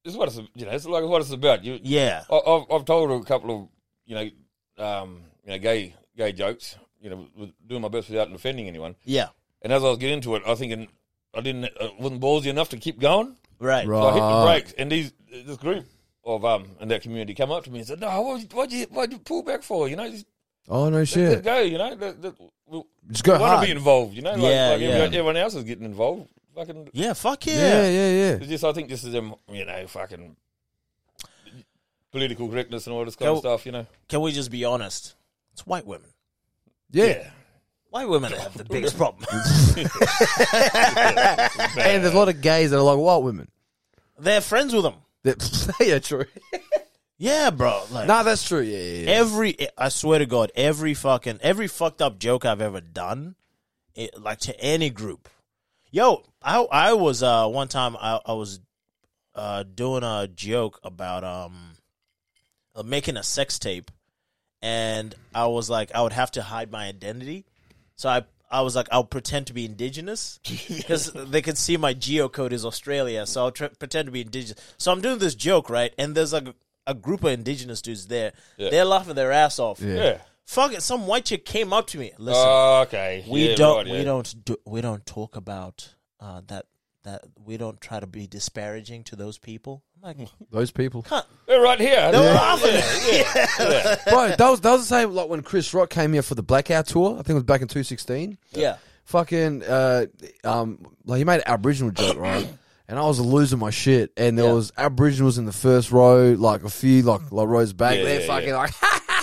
S3: it's what it's you know it's like what it's about. You,
S2: Yeah.
S3: I, I've I've told a couple of you know um you know gay gay jokes, you know, with, doing my best without offending anyone.
S2: Yeah.
S3: And as I was getting into it, I thinking I didn't I wasn't ballsy enough to keep going.
S2: Right.
S4: Right.
S3: So I hit the
S4: Ah.
S3: brakes, and these this group of um in that community come up to me and said, "No, what why'd you why'd you pull back for? You know, just
S4: Oh no
S3: let
S4: shit!
S3: go. You know, let, let, we,
S4: Just go
S3: want to
S4: hard.
S3: be involved. You know, like,
S2: Yeah,
S3: like
S2: yeah.
S3: Everyone, everyone else is getting involved. Fucking,
S2: Yeah. Fuck
S4: yeah,
S2: yeah.
S4: yeah, yeah.
S3: it's just I think this is them. You know, fucking political correctness and all this kind
S2: Can
S3: of stuff. You know,
S2: Can we just be honest? It's white women.
S4: Yeah.
S2: White women have the biggest problem.
S4: And there's a lot of gays that are like white women.
S2: They're friends with them.
S4: That- yeah, true.
S2: Yeah, bro. Like,
S4: nah, that's true. Yeah, yeah, yeah.
S2: every I swear to God, every fucking every fucked up joke I've ever done, it, like to any group. Yo, I I was uh one time I I was uh doing a joke about um uh, making a sex tape, and I was like I would have to hide my identity, so I. I was like, I'll pretend to be indigenous because they can see my geocode is Australia. So I'll tr- pretend to be indigenous. So I'm doing this joke, right? And there's like a, a group of indigenous dudes there. They're laughing their ass off.
S4: Yeah.
S3: yeah.
S2: Fuck it. Some white chick came up to me. Listen,
S3: Oh, okay.
S2: we
S3: Yeah,
S2: don't,
S3: right, yeah.
S2: we don't, do, we don't talk about uh, that. That we don't try to be disparaging to those people. I'm like,
S4: Those people,
S2: cut.
S3: They're right here.
S2: They were
S3: Yeah.
S2: laughing.
S4: bro. That was that was the same. Like when Chris Rock came here for the Blackout tour. I think it was back in 2016.
S2: yeah.
S4: Fucking, uh, um, like he made an Aboriginal joke, right? And I was losing my shit. And there
S2: Yeah.
S4: was Aboriginals in the first row, like a few, like like rows back.
S3: Yeah,
S4: They're
S3: yeah,
S4: fucking
S3: yeah.
S4: like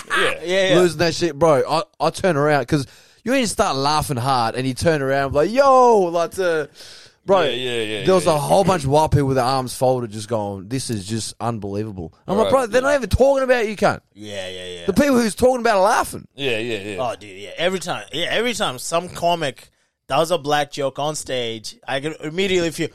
S3: Yeah.
S2: Yeah. yeah.
S4: losing that shit, bro. I, I turn around because you ain't start laughing hard, and you turn around and be like, yo, like to, bro.
S3: Yeah, yeah, yeah,
S4: There was
S3: yeah,
S4: a whole bunch of white people with their arms folded, just going, "This is just unbelievable." I'm like,
S3: Right.
S4: bro, they're not even talking about you, cunt.
S2: Yeah. Yeah. Yeah.
S4: The people who's talking about are laughing.
S3: Yeah, yeah, yeah.
S2: Oh, dude, yeah. Every time, yeah, every time some comic does a black joke on stage, I can immediately feel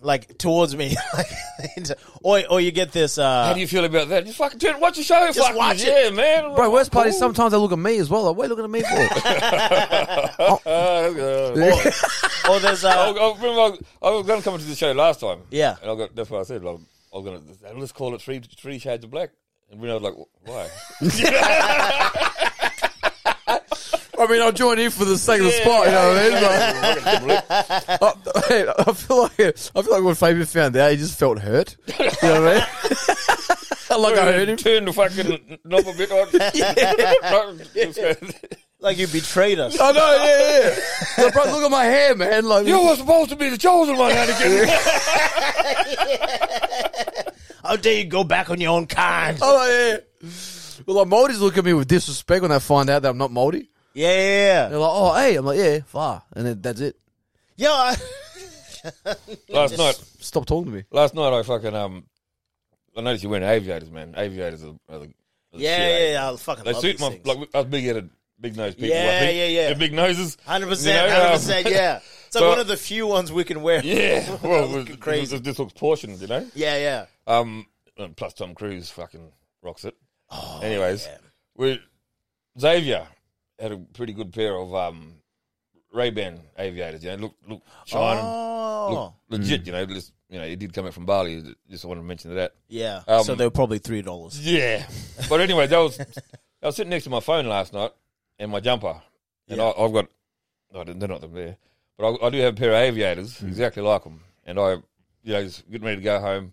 S2: like towards me, like, or or you get this.
S3: How
S2: Uh,
S3: do you feel about that? Just fucking turn, watch the show. fucking,
S2: watch
S3: yeah, man.
S4: Bro, worst part is
S3: Cool.
S4: sometimes they look at me as well. Like, what are you looking at me for?
S3: Uh, uh,
S2: or there's
S3: I,
S2: uh,
S3: I remember I, I was going to come to the show last time.
S2: Yeah.
S3: and I got that's what I said. Like, I was going to let's call it three three shades of black. And Bruno was like, "Why?"
S4: I mean, I'll join in for the sake of the spot. You know what I mean? I, hey, I feel like I feel like when Fabian found out, he just felt hurt. You know what I mean? like I heard him.
S3: Turn the fucking knob a bit on.
S2: like you betrayed us.
S4: I know, yeah, yeah. Like, bro, look at my hair, man. Like,
S3: you were supposed to be the chosen one, Anakin.
S2: How dare you go back on your own kind?
S4: I'm like, oh, yeah. Well, like, Maldives look at me with disrespect when they find out that I'm not Maldi.
S2: Yeah, yeah, yeah.
S4: They're like, oh, hey. I'm like, yeah, far. And then that's it.
S2: Yo, I,
S3: Last night,
S4: Stop talking to me.
S3: last night I fucking um, I noticed you wearing aviators, man. Aviators are, are the are the shit,
S2: Yeah,
S3: eh?
S2: yeah, yeah. I fucking
S3: They
S2: love
S3: suit
S2: these
S3: my
S2: things.
S3: like us big headed, big nosed people.
S2: Yeah,
S3: like, big,
S2: yeah, yeah.
S3: the Big noses.
S2: Hundred
S3: You
S2: percent,
S3: know,
S2: hundred
S3: um,
S2: percent. Yeah, it's like
S3: but-
S2: one of the few ones we can wear.
S3: Yeah, well,
S2: Looking
S3: it-
S2: crazy.
S3: It just looks portioned, you know.
S2: yeah, yeah.
S3: Um, and plus Tom Cruise fucking rocks it. Anyways,
S2: Oh, yeah.
S3: we Xavier had a pretty good pair of um Ray Ban aviators. You know, look, look, shining,
S2: Oh,
S3: look legit. You know, just, you know, he did come back from Bali. Just wanted to mention that.
S2: yeah.
S3: Um,
S2: so they were probably three dollars.
S3: Yeah. But anyway, that was I was sitting next to my phone last night and my jumper, and
S2: Yeah.
S3: I, I've got no, they're not them there, but I, I do have a pair of aviators exactly like them, and I you know just getting ready to go home,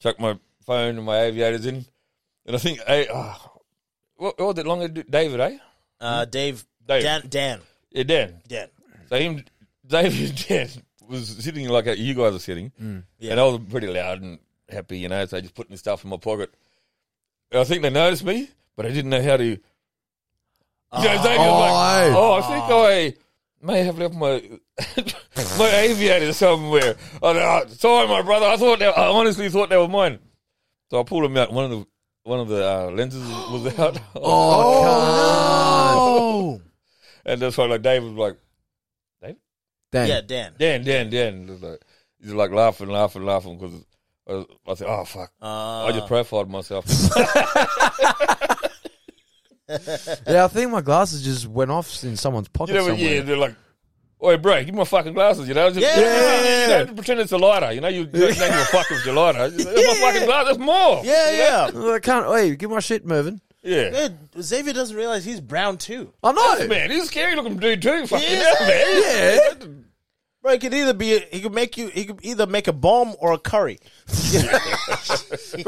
S3: chuck my phone and my aviators in, and I think hey, oh, what, what was it longer David eh
S2: Uh, Dave,
S3: Dave.
S2: Dan, Dan,
S3: yeah Dan
S2: Dan.
S3: so him David Dan was sitting like you guys are sitting.
S2: Yeah.
S3: And I was pretty loud and happy, you know, so just putting stuff in my pocket. And I think they noticed me, but I didn't know how to. You know, Xavier was like,
S4: Oh.
S3: oh, I think I may have left my my aviator somewhere. I was like, "Oh, sorry, my brother. I thought they, I honestly thought they were mine. So I pulled them out. One of the one of the uh, lenses was out.
S4: Oh,
S3: and that's why like David was like,
S4: Damn.
S2: yeah, Dan.
S3: Dan, Dan, Dan. Just like, he's like laughing, laughing, laughing because I, was- I said, oh fuck,
S2: Uh,
S3: I just profiled myself.
S4: Yeah, I think my glasses just went off in someone's pocket
S3: You know,
S4: somewhere.
S3: yeah, they're like, "Oi, bro, give me my fucking glasses." You know, just,
S2: Yeah, yeah, yeah,
S3: Don't pretend it's a lighter. You know, you don't give a fuck with your lighter. Just, That's my fucking glass. That's more.
S2: yeah, yeah.
S4: Well, I can't. Wait, give my shit, Mervin.
S3: yeah.
S2: Dude, Xavier doesn't realize he's brown too.
S4: I know.
S3: Man, he's a scary looking dude too. Fucking
S2: Yeah.
S3: hell, man.
S4: Yeah.
S2: Bro, he could either be he could make you he could either make a bomb or a curry.
S4: Probably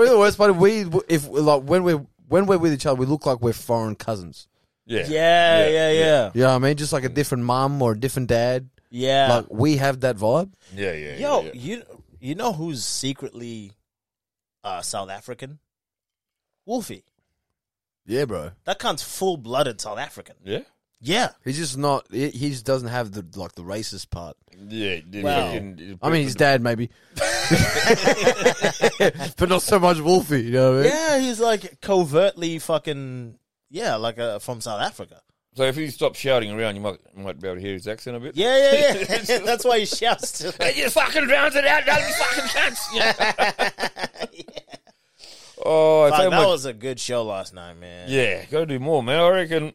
S4: the worst part. if We if like when we're when we're with each other, we look like we're foreign cousins.
S3: Yeah,
S2: Yeah, yeah, yeah,
S4: You know what I mean? Just like a different mum or a different dad.
S2: yeah.
S4: Like we have that vibe.
S3: yeah, yeah.
S2: Yo,
S3: yeah, yeah.
S2: you you know who's secretly uh, South African? Wolfie.
S4: Yeah, bro.
S2: That cunt's full blooded South African.
S3: yeah,
S2: Yeah.
S4: He's just not. He he just doesn't have the like the racist part.
S3: yeah. dude,
S2: Wow.
S3: fucking-
S4: I mean, his dad maybe, but not so much Wolfie. You know what I mean?
S2: Yeah, he's like covertly fucking yeah, like uh, from South Africa.
S3: so if he stops shouting around, you might you might be able to hear his accent a bit.
S2: Yeah, yeah, yeah. That's why he shouts. To
S3: Hey, you fucking rounds it out, don't you fucking cunts. Oh, I tell
S2: Fuck,
S3: you
S2: that
S3: what-
S2: was a good show last night, man.
S3: Yeah, got to do more, man. I reckon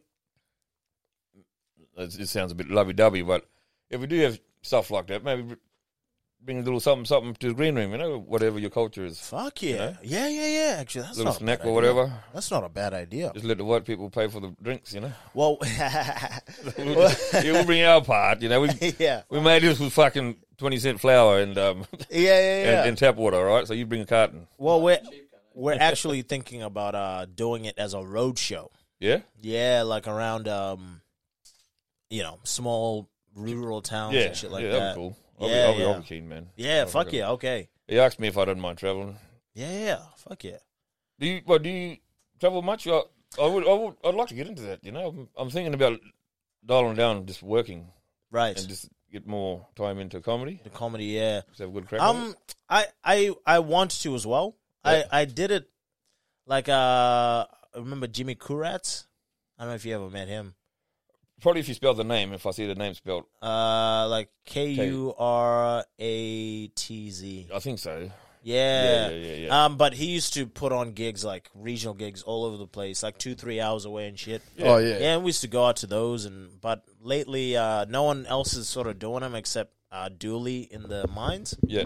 S3: it, it sounds a bit lovey dovey, but if we do have stuff like that, maybe br- bring a little something something to the green room, you know, whatever your culture is.
S2: Fuck yeah. Yeah, yeah, yeah. Actually, that's
S3: little
S2: not a
S3: snack
S2: bad
S3: or
S2: idea.
S3: whatever.
S2: That's not a bad idea.
S3: Just let the white people pay for the drinks, you know.
S2: Well,
S3: We'll, just- yeah, we'll bring our part, you know. We,
S2: yeah.
S3: we made this with fucking 20 cent flour and, um,
S2: Yeah, yeah, yeah.
S3: and, and tap water, all right? So you bring a carton.
S2: well, we're we're actually thinking about uh doing it as a road show.
S3: Yeah?
S2: Yeah, like around um, you know, small rural towns
S3: yeah.
S2: and shit like
S3: yeah,
S2: that.
S3: that'd be cool. I'll,
S2: Yeah,
S3: be, I'll, be,
S2: yeah.
S3: I'll be keen, man.
S2: Yeah,
S3: I'll be
S2: fuck
S3: keen.
S2: yeah. Okay.
S3: He asked me if I didn't mind traveling.
S2: Yeah, yeah. Fuck yeah.
S3: Do you? Well, do you travel much? I, I would. I would. I'd like to get into that. You know, I'm, I'm thinking about dialing down, just working,
S2: Right.
S3: and just get more time into comedy.
S2: the comedy, yeah.
S3: Just have a good crack. at it.
S2: Um, I I I want to as well.
S3: Yeah.
S2: I I did it like uh, I remember Jimmy Kuratz. I don't know if you ever met him.
S3: probably if you spell the name, if I see the name spelled,
S2: Uh, like K U R A T Z.
S3: I think so.
S2: Yeah.
S3: Yeah, yeah, yeah, yeah.
S2: Um, but he used to put on gigs like regional gigs all over the place, like two, three hours away and shit.
S4: Oh yeah.
S2: Yeah, and we used to go out to those, and but lately, uh, no one else is sort of doing them except uh, Dooley in the mines.
S3: Yeah,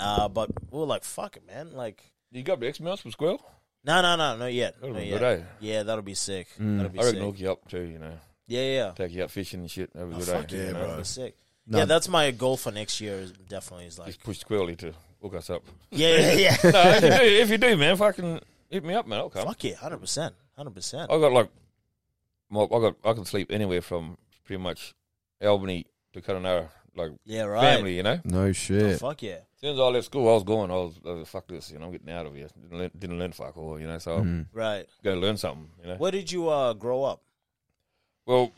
S2: Uh, but we were like, "Fuck it, man!" Like,
S3: you got the X mouse with Squirrel.
S2: no, no, no, not yet.
S3: That'll
S2: not
S3: be
S2: yet.
S3: good, eh?
S2: Yeah, that'll be sick. That'll be
S3: I
S2: sick.
S3: reckon hook you up too. You know,
S2: Yeah, yeah.
S3: take you out fishing and shit. Have a good
S2: Fuck
S3: day.
S2: yeah,
S3: you know?
S2: that'll be sick. Yeah, that's my goal for next year. Is definitely is like,
S3: Just push Squirrely to hook us up.
S2: yeah, yeah, yeah.
S3: no, if you do, if you do, man, fucking hit me up, man. I'll come.
S2: Fuck yeah, hundred percent, hundred percent.
S3: I got like, well, I got I can sleep anywhere from pretty much Albany to Kununurra, like
S2: Yeah, right.
S3: family, you know.
S4: No shit.
S2: Fuck yeah.
S3: As soon as I left school, I was going. I was, I was fuck this, you know. I'm getting out of here. Didn't learn, didn't learn fuck all, you know. So
S2: Mm-hmm.
S4: Mm.
S2: Right.
S3: I'm going to learn something, you know.
S2: Where did you uh grow up?
S3: Well,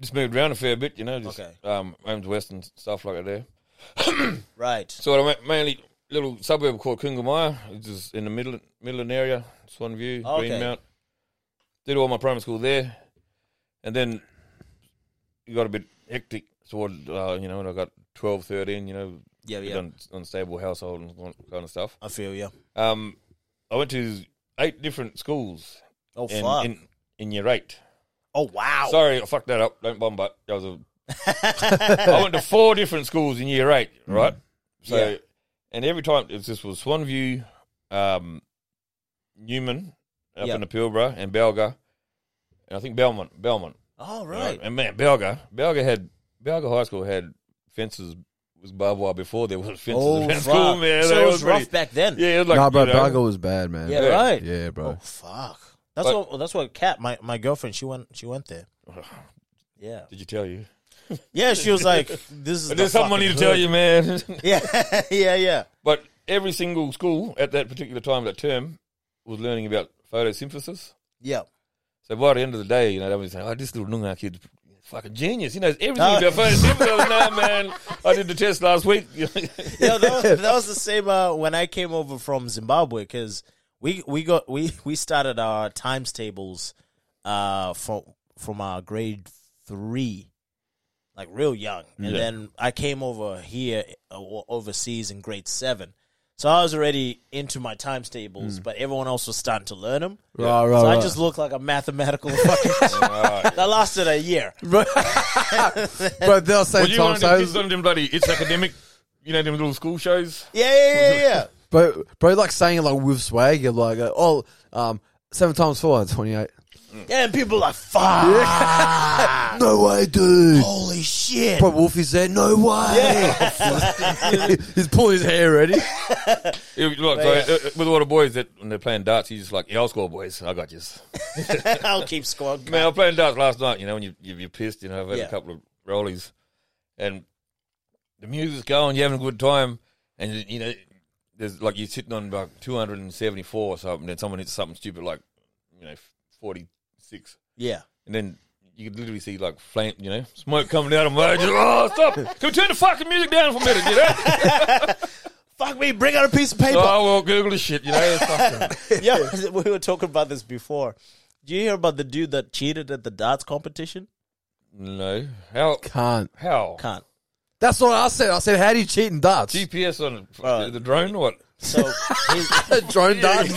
S3: just moved around a fair bit, you know. Just
S2: Okay.
S3: um, Ames West and stuff like that. There.
S2: Right.
S3: So I mainly little suburb called Kungamaya, which is in the middle Midland area, Swan View,
S2: Oh, Okay.
S3: Greenmount. Did all my primary school there, and then it got a bit hectic toward uh, you know when I got 12, 13, you know,
S2: Yeah,
S3: bit
S2: yeah.
S3: un- unstable household and all kind of stuff.
S2: I feel you.
S3: Um, I went to eight different schools
S2: Oh
S3: in
S2: fuck.
S3: in, in year eight.
S2: oh wow.
S3: Sorry, I fucked that up. Don't bomb butt. That was a. I went to four different schools in year eight, right? So,
S2: Mm. Yeah.
S3: and every time it was- this was Swanview, um, Newman up
S2: Yeah.
S3: in the Pilbara, and Belga, and I think Belmont, Belmont,
S2: All
S3: you know?
S2: right.
S3: And man, Belga, Belga had Belga High School had fences was barbed wire before there was fences
S2: Oh
S3: in
S2: fuck.
S3: school, man.
S2: so
S3: That
S2: it was rough
S3: pretty-
S2: back then.
S3: Yeah, it was like
S4: nah, bro,
S3: you know,
S4: Braga was bad, man.
S2: Yeah,
S3: Yeah.
S2: Right.
S4: Yeah, bro.
S2: Oh fuck. That's
S3: But-
S2: what. That's what. Kat, my, my girlfriend, she went. She went there. Yeah.
S3: Did you tell you?
S2: Yeah. She was like, "This is." the
S3: There's something I
S2: fucking
S3: need to tell
S2: hood.
S3: you, man.
S2: Yeah. yeah. Yeah.
S3: But every single school at that particular time, that term, was learning about photosynthesis.
S2: Yeah.
S3: So by the end of the day, you know, they were saying, "Oh, this little Noongar kid's fucking genius. He knows everything
S2: Ah.
S3: about photosynthesis." no, man, I did the test last week.
S2: yeah, that was, that was the same uh, when I came over from Zimbabwe because we we got we we started our times tables uh from from our grade three, like real young, and
S3: Yeah.
S2: then I came over here uh, o- overseas in grade seven. So I was already into my times tables, but everyone else was starting to learn them.
S4: Mm. Right, right,
S2: so I
S4: right.
S2: just looked like a mathematical fucking.
S3: Right.
S2: that lasted a year.
S4: Bro, they'll say
S3: Were you one of
S4: times
S3: them kids
S4: tables.
S3: on them bloody it's academic, you know, them little school shows?
S2: Yeah, yeah, yeah, yeah.
S4: Bro, bro, like saying it like with swag, you're like, uh, oh, um, seven times four, 28.
S2: yeah and people are like, "Fuck,
S4: No way, dude.
S2: holy shit!"
S4: Bro, Wolfie's there. No way. He's pulling his hair already.
S3: It was like, so, uh, uh, with all the boys that when they're playing darts, he's just like, "Yeah, I'll score, boys. I got you."
S2: I'll keep score.
S3: Man, I was playing darts last night. You know, when you you- you're pissed, you know, I've had
S2: Yeah.
S3: a couple of rollies, and the music's going, you're having a good time, and you- you know, there's like you're sitting on like 274 or something, then someone hits something stupid like, you know, 46,
S2: Yeah.
S3: and then you could literally see like flame, you know, smoke coming out of my. Just, oh, stop! Can we turn the fucking music down for a minute? You know?
S2: Fuck me, bring out a piece of paper.
S3: oh well, Google the shit. You know, it's fucking-
S2: yeah, we were talking about this before. Do you hear about the dude that cheated at the darts competition?
S3: no, how
S4: Can't.
S3: how
S2: Can't.
S4: That's what I said. I said, how do you cheat in darts?
S3: GPS on
S2: Bruh.
S3: the drone or what?
S2: So he's,
S4: Drone darts.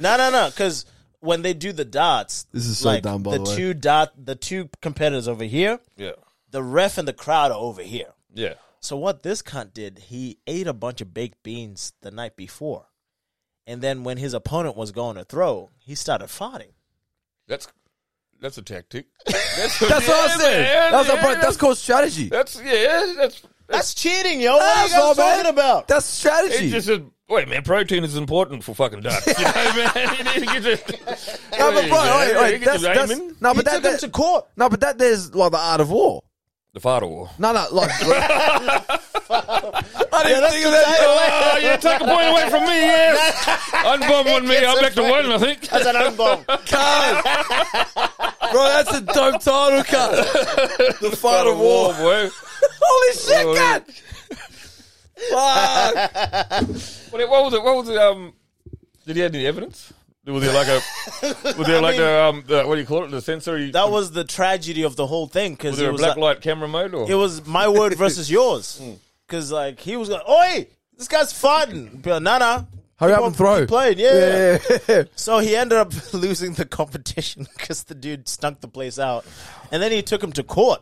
S2: no, no, no, because when they do the darts,
S4: This is so
S2: like,
S4: dumb, by the way.
S2: two dart, the two competitors over here,
S3: Yeah,
S2: the ref and the crowd are over here.
S3: yeah.
S2: So what this cunt did, he ate a bunch of baked beans the night before, and then when his opponent was going to throw, he started farting.
S3: That's that's a tactic.
S4: That's what I said.
S3: man,
S4: that's,
S3: yeah.
S4: a, that's called strategy.
S3: That's yeah. That's
S2: That's cheating, yo. What are you
S4: That's all,
S2: guys
S4: man.
S2: talking about?
S4: That's
S3: it's
S4: strategy.
S3: just a wait, man. Protein is important for fucking ducks. You know, man. You need to get the-
S4: no, but bro,
S3: Yeah,
S4: wait,
S3: you
S4: wait,
S3: get
S4: that's,
S3: the
S4: that's,
S3: aiming.
S4: no,
S2: You
S4: but that,
S2: took him
S4: that-
S2: to court.
S4: no, but that there's like the art of war.
S3: the fart war.
S4: No, no, like, like I didn't think of that.
S3: Oh, you take a point away from me. Yes, unbomb on me. I'm back to one. I think.
S2: That's an unbomb.
S4: Cuz. Bro, that's a dope title, cuz. The fight of war.
S3: boy.
S4: Holy shit, cuz. Fuck.
S3: What, what was it? What was it? Um, did he have any evidence? Was there like a? Was there like a um? The, what do you call it? The sensory.
S2: That was the tragedy of the whole thing
S3: was
S2: because
S3: there
S2: it
S3: a
S2: was
S3: black Hmm.
S2: like,
S3: light camera mode or?
S2: it was my word versus yours. Because like he was going, "Oi, this guy's farting." But nah, nah.
S4: Hurry
S2: Keep
S4: up
S2: on-
S4: and throw.
S2: keep Playing, yeah, yeah, yeah.
S4: yeah.
S2: So he ended up losing the competition because the dude stunk the place out, and then he took him to court,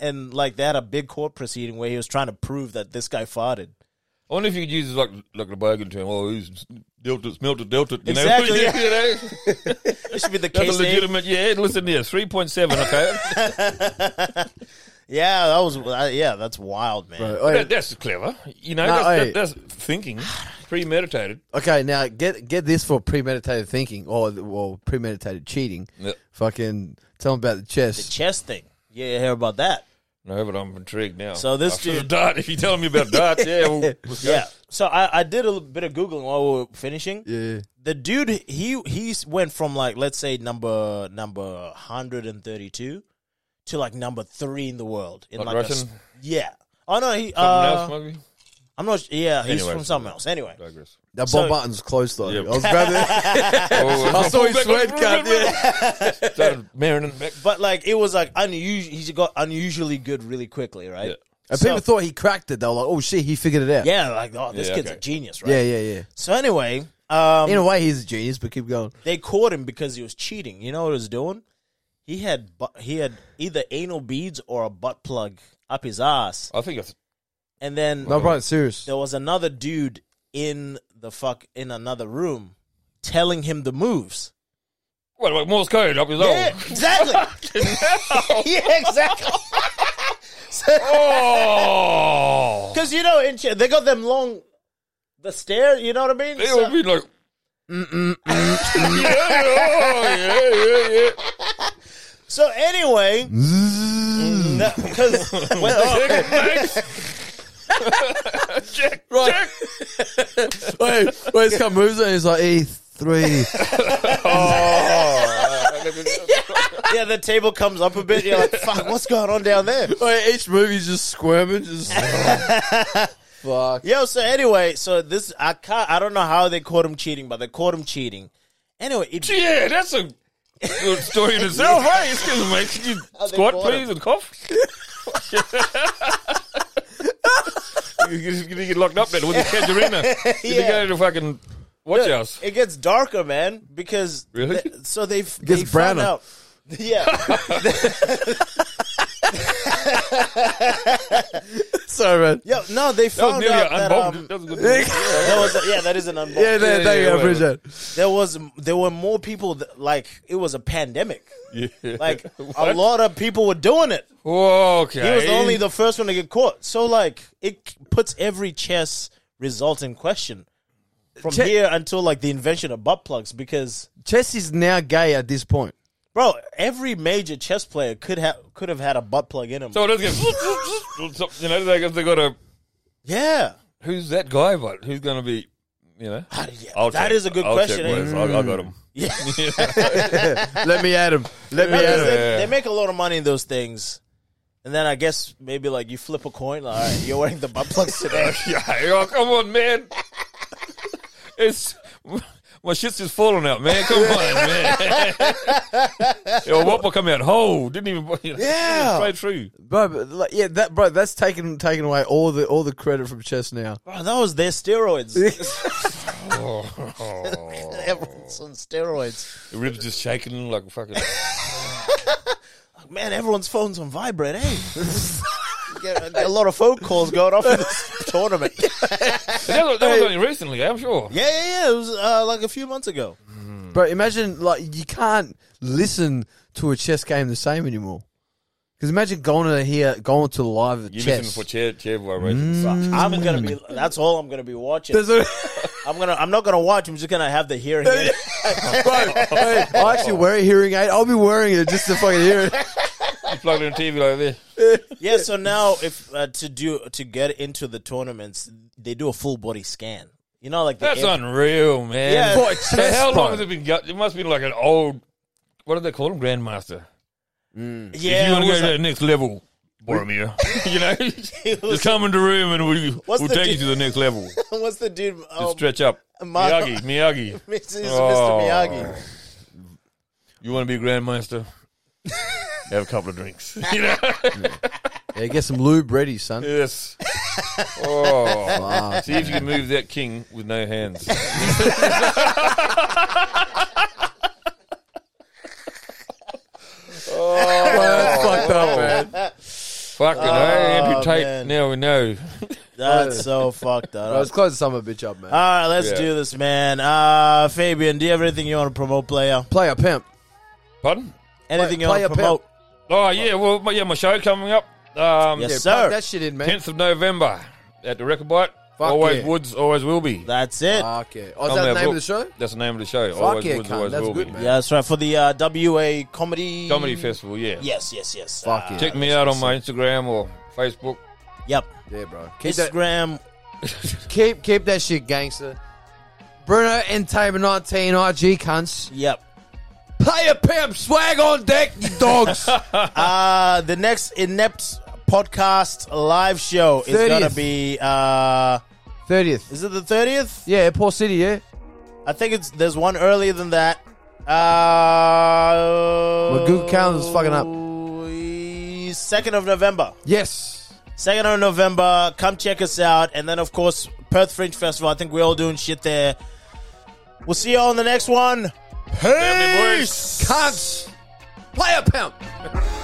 S2: and like they had a big court proceeding where he was trying to prove that this guy farted.
S3: I wonder if you could use like like the bargain term. Oh, he's dealt it, smelt it, dealt it. You
S2: Exactly,
S3: Know?
S2: yeah.
S3: You know?
S2: This should be the
S3: That's
S2: case.
S3: a
S2: name.
S3: legitimate. Yeah, listen here, three point seven. Okay,
S2: Yeah, that was uh, yeah, that's wild, man.
S4: Bro,
S3: that,
S4: wait.
S3: that's clever. You know,
S4: No,
S3: that's, that,
S4: hey.
S3: that's thinking, premeditated.
S4: Okay, now get get this for premeditated thinking or well premeditated cheating.
S3: Yep.
S4: Fucking tell them about the
S2: The
S4: chess.
S2: chess thing. Yeah, you hear about that?
S3: No, but I'm intrigued now.
S2: So this
S3: After the
S2: dude-
S3: dart. If you tell me about darts, yeah, well, let's go.
S2: Yeah. So I, I did a little bit of googling while we were finishing.
S4: Yeah.
S2: The dude he he went from like let's say number number hundred and thirty two to like number three in the world in
S3: Like
S2: like a s-
S3: Russian?
S2: yeah Oh no, he.
S3: Someone else,
S2: Uh,
S3: maybe?
S2: I'm not. Yeah, he's
S3: Anyway.
S2: from something else. Anyway,
S3: Digress.
S4: That Bob
S2: So-
S4: Martin's close though.
S3: Yeah.
S4: I was grabbing
S3: Oh,
S4: I saw his sweat cut. Yeah.
S3: Started marinating back.
S2: but like it was like unusual. He got unusually good really quickly, right?
S3: Yeah.
S4: And
S2: So-
S4: people thought he cracked it. They were like, "Oh shit, he figured it out."
S2: Yeah, like oh, this
S3: Yeah,
S2: kid's
S3: okay.
S2: a genius, right?
S4: yeah, yeah, yeah.
S2: So anyway, um,
S4: In a way, he's a genius. But keep going.
S2: they caught him because he was cheating. You know what he was doing? He had bu- he had either anal beads or a butt plug up his ass,
S3: I think that's
S2: and then
S4: No, bro, it's serious.
S2: there was another dude in the fuck in another room telling him the moves.
S3: what, like Morse code up his
S2: Yeah,
S3: own.
S2: exactly. yeah, exactly.
S3: Oh,
S2: Because you know, in, Ch- they got them long, the stair. You know what I mean?
S3: it
S2: So-
S3: would be like. Mm-mm, yeah, oh, yeah, yeah, yeah.
S2: So anyway,
S4: Mm.
S2: because
S3: Check, mate. check, check.
S4: wait, wait, this guy moves and he's like E three.
S2: yeah, the table comes up a bit. You're like, fuck, what's going on down there?
S4: Wait, each movie's just squirming, just fuck.
S2: Yo, so anyway, so this I can't, I don't know how they caught him cheating, but they caught him cheating. Anyway, it,
S3: Yeah, that's a good story in itself, right? Excuse me, mate. Could you
S2: they
S3: squat,
S2: bought
S3: please, and cough? you, you, you get locked up then with the Caterina. You
S2: Yeah.
S3: go to the fucking watch house.
S2: it gets darker, man, because
S3: Really?
S2: th- so they it
S4: gets browner.
S2: Out, yeah,
S4: Sorry, man.
S2: yo, no, they
S3: That was
S2: found
S3: nearly
S2: out
S3: an
S2: that
S3: unbombed.
S2: um,
S3: That was a good one.
S2: that was yeah, that is an unbombed.
S4: Yeah, no,
S3: Yeah,
S4: thank
S3: yeah,
S4: you, I
S3: wait, wait.
S4: appreciate. it.
S2: There was there were more people that, like it was a pandemic.
S3: Yeah.
S2: Like a
S3: What?
S2: lot of people were doing it.
S3: Whoa, okay.
S2: He was only the first one to get caught. So like it c- puts every chess result in question from
S4: Che-
S2: here until like the invention of butt plugs because
S4: Chess is now gay at this point.
S2: bro, every major chess player could have could have had a butt plug in him.
S3: So it does get. You know, I guess they got a.
S2: yeah.
S3: Who's that guy? But who's going to be. You know?
S2: Ah, yeah,
S3: I'll
S2: that
S3: check.
S2: is a good
S3: I'll
S2: question,
S3: Check,
S2: eh?
S3: boys. I, I got him.
S4: Let me at him. Let me
S2: No, 'cause
S4: at him.
S2: they, they make a lot of money in those things. And then I guess maybe like you flip a coin, like, all right, you're wearing the butt plugs today.
S3: Yeah, oh, come on, man. It's my shit's just falling out, man. Come on, man. Yo, what will come out whole? Didn't even you know,
S4: Yeah.
S3: straight through.
S4: Bro, but, like, yeah, that bro, that's taken taken away all the all the credit from chess now.
S2: Bro, that was their steroids.
S3: Oh, oh.
S2: Everyone's on steroids.
S3: The ribs just shaking like fucking.
S2: Man, everyone's phone's on vibrate, eh? Get a lot of phone calls going off in this tournament.
S3: That was, that was only recently, I'm sure.
S2: Yeah, yeah, yeah. It was uh, like a few months ago.
S3: Mm.
S4: Bro, imagine like you can't listen to a chess game the same anymore. Because imagine going to here, going to live at
S3: You
S4: chess.
S3: listen for chair chair
S2: Mm.
S3: vibrations.
S2: I'm gonna be. That's all I'm gonna be watching.
S4: There's a-
S2: I'm gonna. I'm not gonna watch. I'm just gonna have the hearing. aid.
S4: bro, hey, I actually wear a hearing aid. I'll be wearing it just to fucking hear it.
S3: You plug it in TV like this.
S2: yeah. So now, if uh, to do to get into the tournaments, they do a full body scan. You know, like the
S3: That's
S2: air-
S3: unreal, man.
S2: Yeah.
S4: For a
S3: How-
S4: chess,
S3: How
S4: bro.
S3: long has it been? go- It must be like an old. What do they call him? Grandmaster. if you
S2: Yeah.
S3: want
S2: it
S3: to go
S2: was
S3: to
S2: like-
S3: the next level, Boromir, you
S2: It
S3: know,
S2: was-
S3: just come into the room and we,
S2: What's
S3: we'll
S2: the
S3: take you
S2: di-
S3: to the next level. Just
S2: What's the dude? Oh,
S3: stretch up.
S2: Ma-
S3: Miyagi, Miyagi.
S2: Mr.
S3: Oh.
S2: Miyagi.
S3: You want to be a grandmaster? Have a couple of drinks. You know?
S4: Yeah, get some lube ready, son.
S3: yes. Oh.
S4: Fuck.
S3: See if you can move that king with no hands.
S4: Bro, Oh, that's
S3: Oh,
S4: fucked up, man.
S3: Fucking oh, amputate.
S2: man.
S3: Now we know.
S2: That's so fucked up.
S4: Bro, let's close the summer bitch up, man.
S2: All right, let's
S3: Yeah.
S2: do this, man. Uh, Fabian, do you have anything you want to promote, player?
S4: Play a pimp.
S3: Pardon?
S2: Anything you want
S4: Player
S2: to
S4: pimp.
S2: promote?
S3: Oh yeah. Well, my, yeah. My show coming up. Um,
S2: Yes,
S4: Plug
S2: sir.
S4: that shit in, man.
S3: 10th of November at the Record Bite.
S4: Fuck
S3: always
S4: yeah.
S3: woods, always will be.
S2: That's it.
S4: Fuck yeah. Oh,
S3: Come
S4: is that the
S3: have a
S4: name of the
S3: look.
S4: show?
S3: That's the name of the show. always
S4: yeah,
S3: Woods,
S4: cunt.
S3: always
S4: That's
S3: will
S4: good,
S3: be.
S4: man.
S2: Yeah, that's right. For the uh, WA comedy.
S3: Comedy festival, yeah.
S2: Yes, yes, yes. Uh,
S4: Fuck yeah.
S3: Ah. Check me out on my Instagram or Facebook.
S2: Yep.
S4: Yeah, bro. Keep that,
S2: Instagram.
S4: keep, keep that shit, gangster. Bruno and Taber 19 IG cunts.
S2: Yep.
S4: Play a pimp. Swag on deck, you dogs.
S2: Uh, the next inept podcast live show is going to
S4: 30th.
S2: be. Uh,
S4: Thirtieth.
S2: is it the thirtieth?
S4: Yeah, Port City. Yeah,
S2: I think it's there's one earlier than that. Uh,
S4: My Google calendar's fucking up.
S2: Second of November.
S4: yes.
S2: Second of November. Come check us out, and then of course Perth Fringe Festival. I think we're all doing shit there. We'll see you all in the next one.
S3: Family boys.
S4: Cunts. Player pimp.